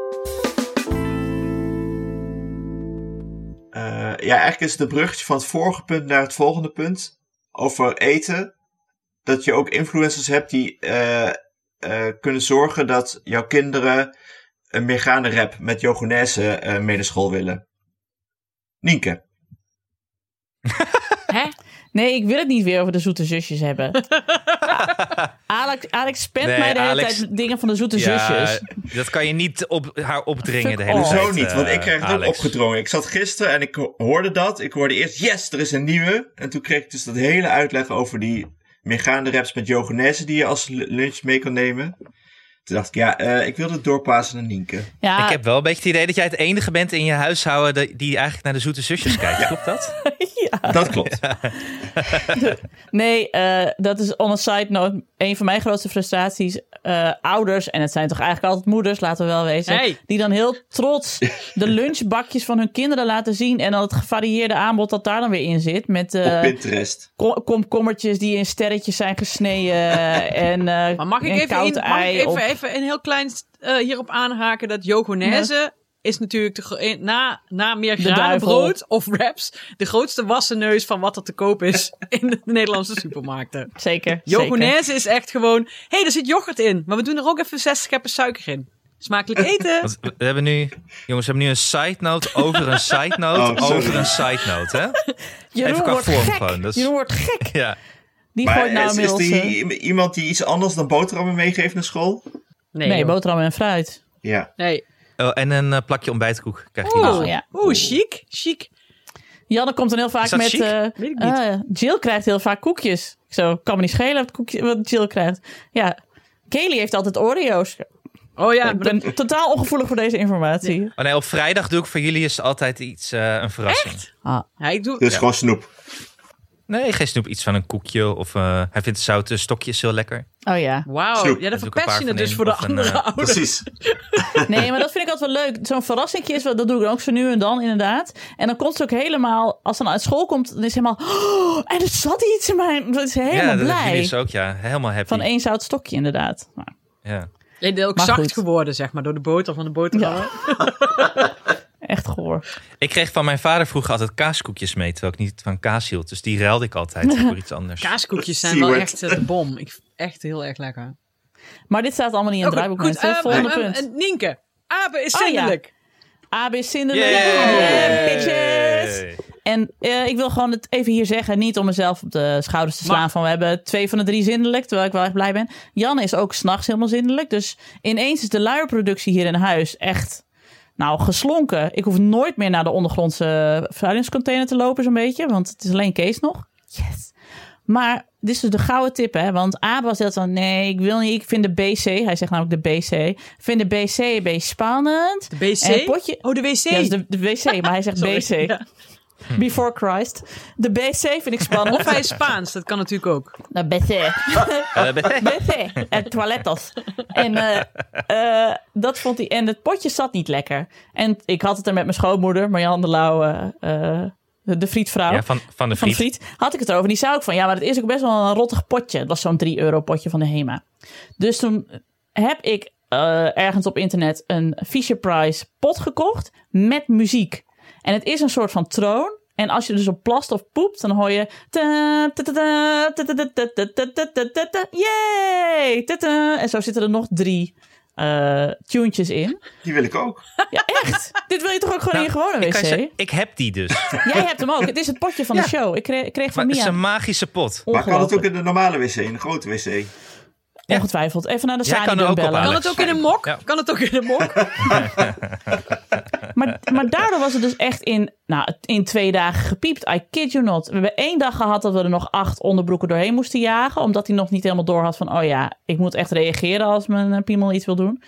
Speaker 5: Eh, ja, eigenlijk is het een bruggetje van het vorige punt naar het volgende punt. Over eten. Dat je ook influencers hebt die eh, eh, kunnen zorgen dat jouw kinderen een Megane rap met Jogonaise eh mee naar school willen. Nienke.
Speaker 2: Hè?
Speaker 3: Nee, ik wil het niet weer over de zoete zusjes hebben. Ja, Alex, Alex spent
Speaker 4: Nee,
Speaker 3: mij de hele
Speaker 4: Alex-
Speaker 3: tijd dingen van de zoete
Speaker 4: Ja,
Speaker 3: zusjes.
Speaker 4: dat kan je niet op haar opdringen
Speaker 3: Fuck
Speaker 4: de hele
Speaker 3: off.
Speaker 4: tijd.
Speaker 5: Zo Oh. niet, want ik
Speaker 4: eh,
Speaker 5: kreeg het ook
Speaker 4: Alex.
Speaker 5: opgedrongen. Ik zat gisteren en ik ho- hoorde dat. Ik hoorde eerst, yes, er is een nieuwe. En toen kreeg ik dus dat hele uitleg over die meegaande raps met Jogenessen die je als lu- lunch mee kan nemen. Toen dacht ik, ja, eh, ik wil het doorpassen naar Nienke.
Speaker 3: Ja,
Speaker 4: Ik heb wel een beetje het idee dat jij het enige bent in je huishouden dat- die eigenlijk naar de zoete zusjes kijkt. Klopt dat?
Speaker 5: Dat klopt.
Speaker 3: Eh, nee, eh, dat is on a side note een van mijn grootste frustraties. Eh, ouders, en het zijn toch eigenlijk altijd moeders, laten we wel wezen.
Speaker 2: Hey.
Speaker 3: Die dan heel trots de lunchbakjes van hun kinderen laten zien. En dan het gevarieerde aanbod dat daar dan weer in zit. Met
Speaker 5: Op
Speaker 3: eh
Speaker 5: Pinterest.
Speaker 3: kom- komkommertjes die in sterretjes zijn gesneden. en, eh
Speaker 2: Maar mag ik
Speaker 3: een
Speaker 2: even,
Speaker 3: koud
Speaker 2: in- mag
Speaker 3: ei
Speaker 2: ik even,
Speaker 3: op-
Speaker 2: even een heel klein eh, hierop aanhaken dat Jogonaise is natuurlijk de, gro- eh, na, na meer graanbrood of wraps de grootste wassen neus van wat er te koop is in de Nederlandse supermarkten.
Speaker 3: Zeker. zeker.
Speaker 2: Jogonaise is echt gewoon, hé, hey, er zit yoghurt in, maar we doen er ook even zes scheppen suiker in. Smakelijk eten.
Speaker 4: Want we we hebben nu, jongens, we hebben nu een side note over een side note
Speaker 5: Oh, sorry.
Speaker 4: over een side note, hè?
Speaker 3: Jeroen
Speaker 4: Even qua
Speaker 3: wordt
Speaker 4: vorm
Speaker 3: gek.
Speaker 4: gewoon, dat is-
Speaker 3: Jeroen wordt gek.
Speaker 4: Ja.
Speaker 3: Die
Speaker 5: Maar
Speaker 3: gooit nou
Speaker 5: is, is
Speaker 3: inmiddels...
Speaker 5: er
Speaker 3: eh,
Speaker 5: hier i- iemand die iets anders dan boterhammen meegeeft naar school?
Speaker 2: Nee,
Speaker 3: Nee,
Speaker 2: joh.
Speaker 3: boterham en fruit.
Speaker 5: Ja.
Speaker 2: nee.
Speaker 4: Oh, en een eh, plakje ontbijtkoek krijgt hij.
Speaker 2: Oeh,
Speaker 4: nog.
Speaker 3: Oh, ja.
Speaker 2: oeh, chic, chic.
Speaker 3: Janne komt dan heel vaak
Speaker 4: Is dat
Speaker 3: met...
Speaker 4: chic?
Speaker 3: eh,
Speaker 2: Weet ik niet.
Speaker 3: ah, Jill krijgt heel vaak koekjes. Ik Zo, kan me niet schelen wat, koekje, wat Jill krijgt. Ja, Kaylee heeft altijd Oreo's.
Speaker 2: Oh ja,
Speaker 3: ik
Speaker 2: maar dat-
Speaker 3: ben totaal ongevoelig voor deze informatie.
Speaker 4: Oh nee, op vrijdag doe ik voor jullie is altijd iets, eh, een verrassing.
Speaker 3: Ah,
Speaker 2: ja, ik doe,
Speaker 5: Dus gewoon snoep.
Speaker 4: Nee, geen snoep. Iets van een koekje of eh, hij vindt zoute stokjes heel lekker.
Speaker 3: oh ja.
Speaker 2: wauw,
Speaker 5: Snoep.
Speaker 2: ja, dan
Speaker 4: doe ik een
Speaker 2: verpest
Speaker 4: paar
Speaker 2: je
Speaker 4: van
Speaker 2: het dus
Speaker 4: in,
Speaker 2: voor de
Speaker 4: of een,
Speaker 2: andere
Speaker 4: eh,
Speaker 2: ouders.
Speaker 5: Precies.
Speaker 3: Nee, maar dat vind ik altijd wel leuk. Zo'n verrassingje is wel, dat doe ik dan ook zo nu en dan inderdaad. En dan komt ze ook helemaal, als ze dan uit school komt, dan is ze helemaal, oh, en er zat iets in mijn, dan is ze helemaal
Speaker 4: ja, dat hebben
Speaker 3: blij.
Speaker 4: jullie dus ook, ja. Helemaal happy.
Speaker 3: Van één zout stokje inderdaad. Nou,
Speaker 4: Ja.
Speaker 2: Je bent ook
Speaker 3: Maar
Speaker 2: zacht
Speaker 3: goed.
Speaker 2: geworden, zeg maar, door de boter van de boterham.
Speaker 3: Ja. echt goor.
Speaker 4: Ik kreeg van mijn vader vroeger altijd kaaskoekjes mee, terwijl ik niet van kaas hield. Dus die ruilde ik altijd voor iets anders.
Speaker 2: Kaaskoekjes zijn
Speaker 5: Zie
Speaker 2: wel
Speaker 5: je
Speaker 2: echt eh, de bom. Ik, echt heel erg lekker.
Speaker 3: Maar dit staat allemaal niet in het
Speaker 2: Oh,
Speaker 3: draaiboek.
Speaker 2: goed,
Speaker 3: mensen.
Speaker 2: ehm,
Speaker 3: Volgende
Speaker 2: ehm,
Speaker 3: punt.
Speaker 2: ehm, Nienke, apen is
Speaker 3: Oh, ja.
Speaker 2: zindelijk.
Speaker 3: AB Zinderlijk.
Speaker 4: Yay!
Speaker 3: Yeah, bitches. En eh, ik wil gewoon het even hier zeggen, niet om mezelf op de schouders te slaan
Speaker 2: Maar-
Speaker 3: van we hebben twee van de drie zindelijk, terwijl ik wel echt blij ben. Jan is ook s'nachts helemaal zindelijk, dus ineens is de luierproductie hier in huis echt, nou, geslonken. Ik hoef nooit meer naar de ondergrondse verhuidingscontainer te lopen zo'n beetje, want het is alleen Kees nog. Yes. Maar dit is dus de gouden tip, hè? Want Abe was dat van nee, ik wil niet, ik vind de BC, hij zegt namelijk de BC, ik vind de BC een beetje spannend. dus
Speaker 2: De BC?
Speaker 3: En het Eh, potje-
Speaker 2: Oh, de WC.
Speaker 3: Ja, dat is de, de wc, maar hij zegt
Speaker 2: Sorry.
Speaker 3: BC.
Speaker 2: Ja.
Speaker 3: Before Christ. De BC vind ik spannend.
Speaker 2: Of hij is Spaans, dat kan natuurlijk ook.
Speaker 3: Nou, BC.
Speaker 4: Eh,
Speaker 3: BC. En toilettas. En eh, eh, dat vond hij. En het potje zat niet lekker. En ik had het er met mijn schoonmoeder, Marjan de Lauwe, eh, de- de frietvrouw.
Speaker 4: ja, van, van de
Speaker 3: van
Speaker 4: friet.
Speaker 3: friet, had ik het erover. Die zei ook van, ja, maar het is ook best wel een rottig potje. Het was zo'n 3 euro potje van de HEMA. Dus toen heb ik eh, ergens op internet een Fisher Price pot gekocht met muziek. En het is een soort van troon. En als je dus op plast of poept, dan hoor je... ta, ta, ta, ta, ta, ta, ta, ta, ta, ta, ta, ta, ta, ta, Yay! Ta, ta. En zo zitten er nog drie eh tunetjes in.
Speaker 5: Die wil ik ook.
Speaker 3: Ja, echt. Dit wil je toch ook gewoon
Speaker 4: Nou,
Speaker 3: in je gewone
Speaker 4: ik, kan je
Speaker 3: wc?
Speaker 4: zeggen, ik heb die dus.
Speaker 3: Jij hebt hem ook. Het is het potje van de show. Ik kreeg, ik kreeg
Speaker 4: Maar
Speaker 3: van
Speaker 4: het is
Speaker 3: Mia. Oh.
Speaker 4: een magische pot.
Speaker 5: Maar kan het
Speaker 3: Ongelooflijk.
Speaker 5: ook in de normale wc, in de grote wc?
Speaker 4: Ja.
Speaker 3: Ongetwijfeld. Even naar de
Speaker 4: Jij kan er
Speaker 3: Sanidum
Speaker 4: ook op
Speaker 3: bellen.
Speaker 2: Kan
Speaker 4: Alex,
Speaker 2: het ook in een mok?
Speaker 4: Ja.
Speaker 2: Kan het ook in een mok?
Speaker 3: Maar, maar daardoor was het dus echt in, nou, in twee dagen gepiept. I kid you not. We hebben één dag gehad dat we er nog acht onderbroeken doorheen moesten jagen. Omdat hij nog niet helemaal door had van... oh ja, ik moet echt reageren als mijn eh, piemel iets wil doen.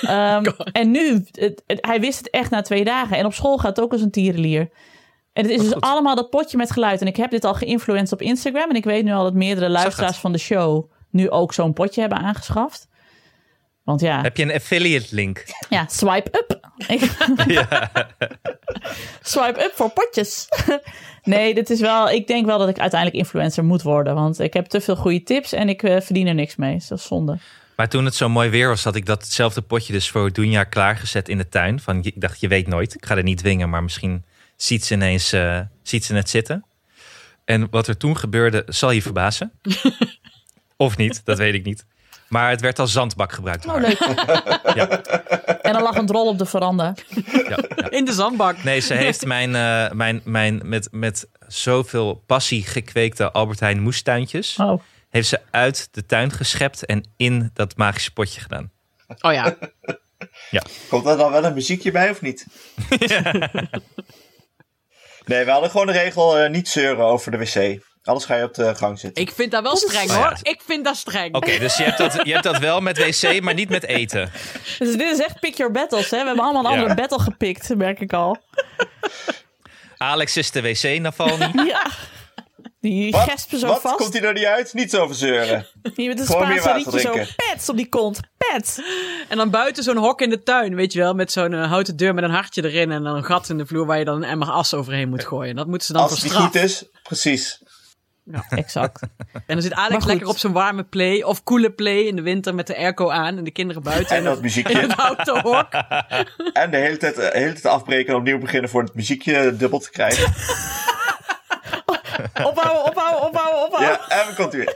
Speaker 3: Ehm, en nu, het- het- hij wist het echt na twee dagen. En op school gaat het ook als een tierenlier. En
Speaker 4: Oh
Speaker 3: het is dus allemaal dat potje met geluid. En ik heb dit al geïnfluenced op Instagram. En ik weet nu al dat meerdere luisteraars van de show... nu ook zo'n potje hebben aangeschaft. Want ja...
Speaker 4: Heb je een affiliate link?
Speaker 3: Ja, swipe up. Swipe up voor potjes. nee, dit is wel. Ik denk wel dat ik uiteindelijk influencer moet worden. Want ik heb te veel goede tips en ik eh, verdien er niks mee. Dus Dat is zonde.
Speaker 4: Maar toen het zo mooi weer was, had ik datzelfde potje dus voor Dunja klaargezet in de tuin. Van, je- ik dacht, je weet nooit. Ik ga er niet dwingen, maar misschien ziet ze ineens eh, ziet ze het zitten. En wat er toen gebeurde, zal je verbazen. of niet, dat weet ik niet. Maar het werd als zandbak gebruikt. door
Speaker 3: Oh,
Speaker 4: haar.
Speaker 3: leuk.
Speaker 4: Ja.
Speaker 3: En er lag een drol op de veranda.
Speaker 2: In de zandbak.
Speaker 4: Nee, ze heeft mijn, eh, mijn, mijn met, met zoveel passie gekweekte Albert Heijn moestuintjes...
Speaker 3: Oh.
Speaker 4: heeft ze uit de tuin geschept en in dat magische potje gedaan.
Speaker 2: Oh ja.
Speaker 5: Komt daar dan wel een muziekje bij of niet? nee, we hadden gewoon de regel eh, niet zeuren over de wc. Anders ga je op de gang zitten.
Speaker 2: Ik vind dat wel streng
Speaker 4: Oh ja.
Speaker 2: hoor. Ik vind dat streng.
Speaker 4: Oké, dus je hebt, dat, je hebt dat wel met wc, maar niet met eten.
Speaker 3: Dus dit is echt pick your battles. Hè? We hebben allemaal een
Speaker 4: Ja.
Speaker 3: andere battle gepikt, merk ik al.
Speaker 4: Alex is de wc, Navalny.
Speaker 3: Ja. Die
Speaker 5: Wat?
Speaker 3: gespen zo
Speaker 5: Wat?
Speaker 3: vast.
Speaker 5: Komt hij er niet uit? Niet over zeuren.
Speaker 3: Die met een
Speaker 5: Gewoon meer
Speaker 3: Spaanse
Speaker 5: water
Speaker 3: rietje zo.
Speaker 5: drinken.
Speaker 3: Pets op die kont. Pets.
Speaker 2: En dan buiten zo'n hok in de tuin, weet je wel, met zo'n eh, houten deur met een hartje erin en dan een gat in de vloer waar je dan een emmer as overheen moet gooien. Dat moeten ze dan voor
Speaker 5: Als die
Speaker 2: straf.
Speaker 5: goed is, precies.
Speaker 3: Exact.
Speaker 2: En dan zit
Speaker 3: Maar
Speaker 2: Alex
Speaker 3: goed.
Speaker 2: lekker op zijn warme play of koele play in de winter met de airco aan en de kinderen buiten
Speaker 5: En dat
Speaker 2: in
Speaker 5: muziekje.
Speaker 2: het houten hok.
Speaker 5: En de hele tijd, eh, de hele tijd afbreken en opnieuw beginnen voor het muziekje dubbel te krijgen.
Speaker 3: Ophouden, ophouden, ophouden, ophouden.
Speaker 5: Ja, en we komt hij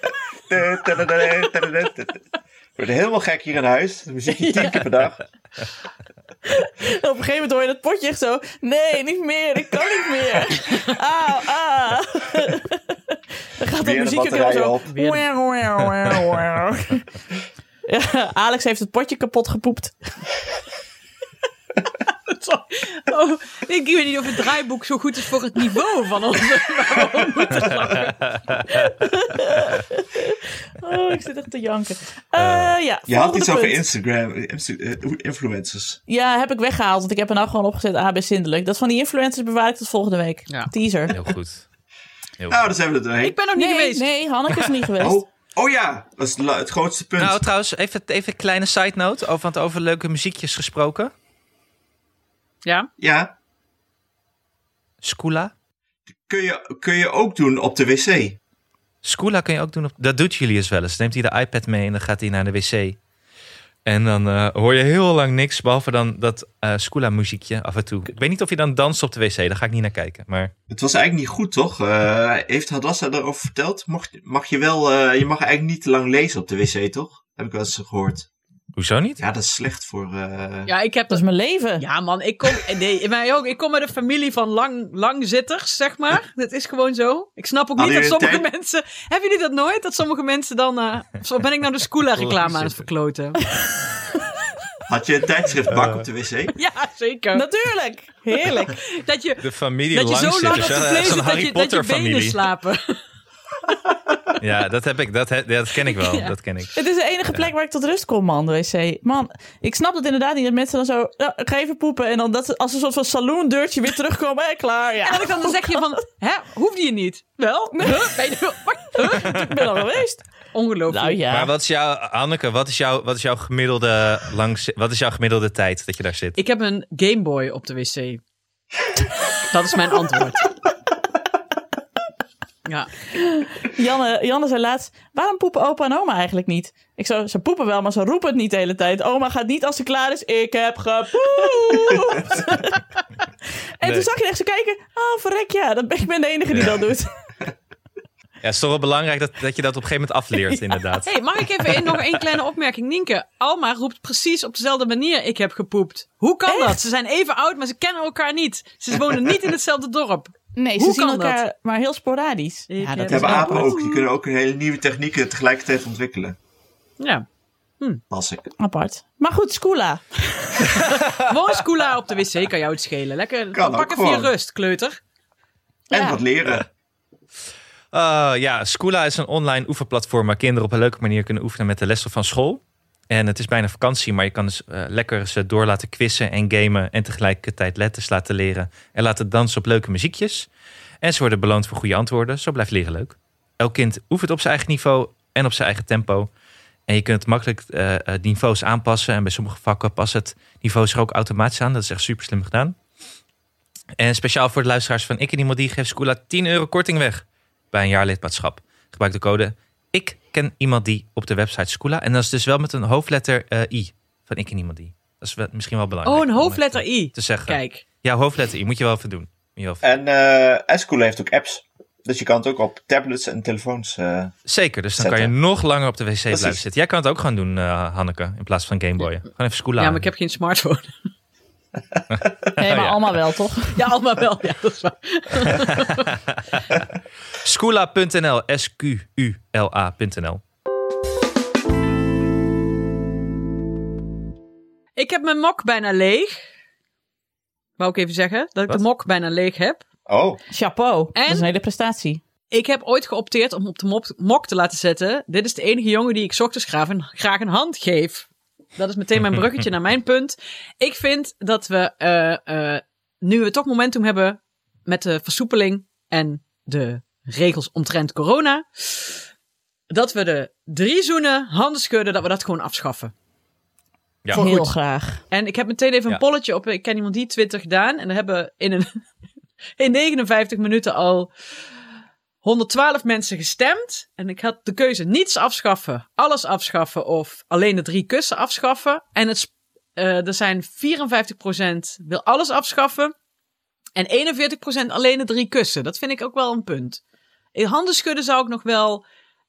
Speaker 5: weer. Eh, tadadada, tadadada, tadadada. We worden helemaal gek hier in huis. Het muziekje tien keer per dag.
Speaker 3: En op een gegeven moment hoor je dat potje echt zo... Nee, niet meer. Ik kan niet meer. Auw, ah. Dan gaat dat
Speaker 5: Weer de
Speaker 3: muziek ook
Speaker 5: batterij
Speaker 3: helemaal zo...
Speaker 5: op.
Speaker 2: Weer de-
Speaker 3: Wauw, wauw, wauw, wauw. Ja, Alex heeft het potje kapot gepoept.
Speaker 2: Oh, ik weet niet of het draaiboek zo goed is voor het niveau van ons.
Speaker 3: Oh, ik zit echt te janken. Eh, ja,
Speaker 5: Je had
Speaker 3: volgende
Speaker 5: iets over
Speaker 3: punt.
Speaker 5: Instagram, eh, instu- eh, influencers.
Speaker 3: Ja, heb ik weggehaald. Want ik heb er nou gewoon opgezet AB Zindelijk. Dat van die influencers bewaar ik tot volgende week.
Speaker 2: Ja.
Speaker 3: Teaser.
Speaker 4: Heel goed. Heel
Speaker 5: Nou,
Speaker 4: goed.
Speaker 5: daar zijn we er doorheen.
Speaker 2: Ik ben nog niet
Speaker 3: Nee,
Speaker 2: geweest.
Speaker 3: nee, Hanneke is niet geweest.
Speaker 5: Oh, oh ja, dat is la- het grootste punt.
Speaker 4: Nou, trouwens, even, even een kleine side note. Over, want over leuke muziekjes gesproken.
Speaker 2: Ja?
Speaker 5: ja,
Speaker 4: Skoola.
Speaker 5: kun je, kun je ook doen op de wc.
Speaker 4: Skoola kun je ook doen. Op, dat doet Julius wel eens. Neemt hij de iPad mee en dan gaat hij naar de wc. En dan eh, hoor je heel lang niks. Behalve dan dat eh Skoola muziekje af en toe. Ik weet niet of je dan danst op de wc. Daar ga ik niet naar kijken. Maar
Speaker 5: Het was eigenlijk niet goed, toch? Eh, heeft Hadassa daarover verteld? Mocht, mag je wel, eh, je mag eigenlijk niet te lang lezen op de wc, toch? Heb ik wel eens gehoord.
Speaker 4: hoezo niet?
Speaker 5: Ja, dat is slecht voor. eh,
Speaker 2: Ja, ik heb
Speaker 3: Dat is dus mijn leven.
Speaker 2: Ja, man, ik kom, nee, maar ook, ik kom uit een familie van lang, langzitters, zeg maar. Dat is gewoon zo. Ik snap ook niet
Speaker 5: Hadden
Speaker 2: dat
Speaker 5: jullie
Speaker 2: sommige
Speaker 5: tijd?
Speaker 2: mensen. Hebben jullie dat nooit? Dat sommige mensen dan. eh, zo ben ik nou de Scoola-reclame aan het verkloten?
Speaker 5: Had je een tijdschriftbak op de wc?
Speaker 2: Ja, zeker. Dat,
Speaker 3: Natuurlijk. Heerlijk.
Speaker 2: je,
Speaker 4: De familie
Speaker 2: dat je zo lang op
Speaker 4: langzitters,
Speaker 2: de
Speaker 4: hè?
Speaker 2: vlees zit
Speaker 4: Zo'n
Speaker 2: dat
Speaker 4: Harry
Speaker 2: je, dat je
Speaker 4: Potter
Speaker 2: benen
Speaker 4: familie.
Speaker 2: slapen.
Speaker 4: Ja, dat heb ik. Dat, he- dat ken ik wel.
Speaker 2: Ja.
Speaker 4: Dat ken ik.
Speaker 3: Het is de enige plek waar ik tot rust kom, man, de wc. Man, ik snap dat inderdaad niet. Dat mensen dan zo, ja, ik ga even poepen. En dan dat ze als een soort van saloondeurtje weer terugkomen. Hé, klaar, ja.
Speaker 2: En dan, dan zeg je van, hè, hoefde je niet? Wel? Huh? Ben je- Huh?
Speaker 3: Ik ben al geweest.
Speaker 2: Ongelooflijk.
Speaker 3: Nou ja.
Speaker 4: Maar wat is jouw, Anneke, wat is jouw, wat is jouw gemiddelde langs, wat is jouw gemiddelde tijd dat je daar zit?
Speaker 2: Ik heb een Game Boy op de wc. dat is mijn antwoord. Ja,
Speaker 3: Janne, Janne zei laatst, waarom poepen opa en oma eigenlijk niet? Ik zo, ze poepen wel, maar ze roepen het niet de hele tijd. Oma gaat niet als ze klaar is, ik heb gepoept. en
Speaker 4: Nee.
Speaker 3: toen zag je echt zo kijken, oh verrek ja, dat ben, ik ben de enige die
Speaker 4: Ja.
Speaker 3: dat doet.
Speaker 4: Ja, het is toch wel belangrijk dat, dat je dat op een gegeven moment afleert, inderdaad.
Speaker 2: Hey, mag ik even één- nog één kleine opmerking? Nienke, Alma roept precies op dezelfde manier: Ik heb gepoept. Hoe kan dat? Ze zijn even oud, maar ze kennen elkaar niet. Ze wonen niet in hetzelfde dorp.
Speaker 3: Nee, ze
Speaker 2: Hoe
Speaker 3: zien
Speaker 2: kan dat?
Speaker 3: elkaar maar heel sporadisch.
Speaker 2: Ik heb-
Speaker 3: dat
Speaker 5: Dat
Speaker 3: is
Speaker 5: hebben
Speaker 3: wel
Speaker 5: apen
Speaker 3: goed.
Speaker 5: ook. Die kunnen ook een hele nieuwe technieken tegelijkertijd ontwikkelen.
Speaker 2: Ja.
Speaker 5: Las ik.
Speaker 3: Apart. Maar goed,
Speaker 4: Oh,
Speaker 3: Skoola.
Speaker 2: Gewoon Skoola op de wc kan jou het schelen. Lekker.
Speaker 5: Kan
Speaker 2: pak
Speaker 5: ook
Speaker 2: even je
Speaker 5: gewoon.
Speaker 2: rust, kleuter.
Speaker 5: En
Speaker 3: Ja.
Speaker 5: wat leren.
Speaker 4: Eh, ja, Schoola is een online oefenplatform waar kinderen op een leuke manier kunnen oefenen met de lessen van school. En het is bijna vakantie, maar je kan dus eh, lekker ze door laten quizzen en gamen. En tegelijkertijd letters laten leren en laten dansen op leuke muziekjes. En ze worden beloond voor goede antwoorden. Zo blijft leren leuk. Elk kind oefent op zijn eigen niveau en op zijn eigen tempo. En je kunt makkelijk eh, eh, die niveaus aanpassen. En bij sommige vakken passen het niveaus er ook automatisch aan. Dat is echt super slim gedaan. En speciaal voor de luisteraars van Ik en Iemand Die geeft Schoola 10 euro korting weg bij een jaar lidmaatschap. Gebruik de code Ik ken iemand die op de website Scoola. En dat is dus wel met een hoofdletter eh, I. Van Ik ken iemand die. Dat is wel- misschien wel belangrijk.
Speaker 2: Oh, een
Speaker 4: om
Speaker 2: hoofdletter
Speaker 4: even
Speaker 2: I.
Speaker 4: Te zeggen.
Speaker 2: Kijk.
Speaker 4: Ja, hoofdletter I. Moet je wel even doen. Moet je wel even-
Speaker 5: En eh Escool heeft ook apps. Dus je kan het ook op tablets en telefoons. eh,
Speaker 4: Zeker, dus dan kan je
Speaker 5: zetten.
Speaker 4: nog langer op de wc blijven
Speaker 5: Precies.
Speaker 4: zitten. Jij kan het ook gaan doen, eh, Hanneke, in plaats van Gameboyen. Gewoon even Scoola.
Speaker 2: Ja, maar ik heb geen smartphone.
Speaker 3: Nee, maar
Speaker 4: ja.
Speaker 3: allemaal wel, toch?
Speaker 2: Ja, allemaal wel. Ja, dat is waar.
Speaker 4: Scoola.nl. S-Q-U-L-A.nl.
Speaker 2: Ik heb mijn mok bijna leeg. Wou ik even zeggen dat ik
Speaker 4: Wat?
Speaker 2: de mok bijna leeg heb.
Speaker 5: Oh,
Speaker 3: Chapeau. Dat
Speaker 2: En?
Speaker 3: is een hele prestatie.
Speaker 2: Ik heb ooit geopteerd om op de mop- mok te laten zetten. Dit is de enige jongen die ik 's ochtends graag een, graag een hand geef. Dat is meteen mijn bruggetje naar mijn punt. Ik vind dat we, eh, eh, nu we toch momentum hebben met de versoepeling en de regels omtrent corona, dat we de drie zoenen, handen schudden, dat we dat gewoon afschaffen.
Speaker 4: Ja.
Speaker 2: Voor
Speaker 3: Heel
Speaker 2: goed.
Speaker 3: graag.
Speaker 2: En ik heb meteen even
Speaker 4: Ja.
Speaker 2: een polletje op, ik ken iemand die Twitter gedaan. En daar hebben in, een, in 59 minuten al 112 mensen gestemd. En ik had de keuze niets afschaffen, alles afschaffen of alleen de drie kussen afschaffen. En het, sp- eh, er zijn 54% wil alles afschaffen. En 41% alleen de drie kussen. Dat vind ik ook wel een punt. In handen schudden zou ik nog wel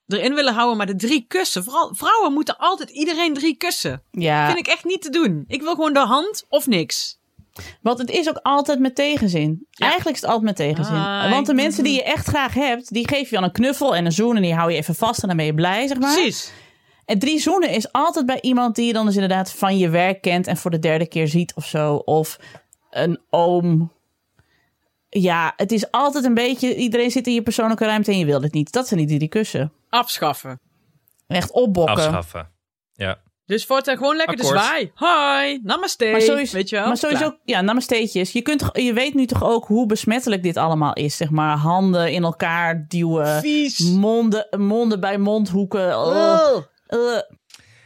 Speaker 2: erin willen houden. Maar de drie kussen. Vooral, vrouwen moeten altijd iedereen drie kussen.
Speaker 3: Ja.
Speaker 2: Vind ik echt niet te doen. Ik wil gewoon de hand of niks.
Speaker 3: Want het is ook altijd met tegenzin. Eigenlijk is het altijd met tegenzin.
Speaker 2: Ah,
Speaker 3: Want de
Speaker 2: ik-
Speaker 3: mensen die je echt graag hebt, die geef je dan een knuffel en een zoen. En die hou je even vast en dan ben je blij, zeg maar.
Speaker 2: Precies.
Speaker 3: En drie zoenen is altijd bij iemand die je dan dus inderdaad van je werk kent en voor de derde keer ziet of zo. Of een oom. Ja, het is altijd een beetje, iedereen zit in je persoonlijke ruimte en je wil het niet. Dat zijn die die die kussen.
Speaker 2: Afschaffen.
Speaker 3: Echt opbokken.
Speaker 4: Afschaffen. Ja.
Speaker 2: Dus voortaan gewoon lekker
Speaker 4: Akkoord.
Speaker 2: de zwaai. Hi, namaste.
Speaker 3: Maar sowieso,
Speaker 2: Weet je wel?
Speaker 3: maar sowieso ja, namasteetjes. Je, kunt, toch- je weet nu toch ook hoe besmettelijk dit allemaal is, zeg maar. Handen in elkaar
Speaker 2: Klaar.
Speaker 4: Eh,
Speaker 3: duwen.
Speaker 2: Vies.
Speaker 3: Monden, monden bij mondhoeken. Oh,
Speaker 2: Oh.
Speaker 3: eh.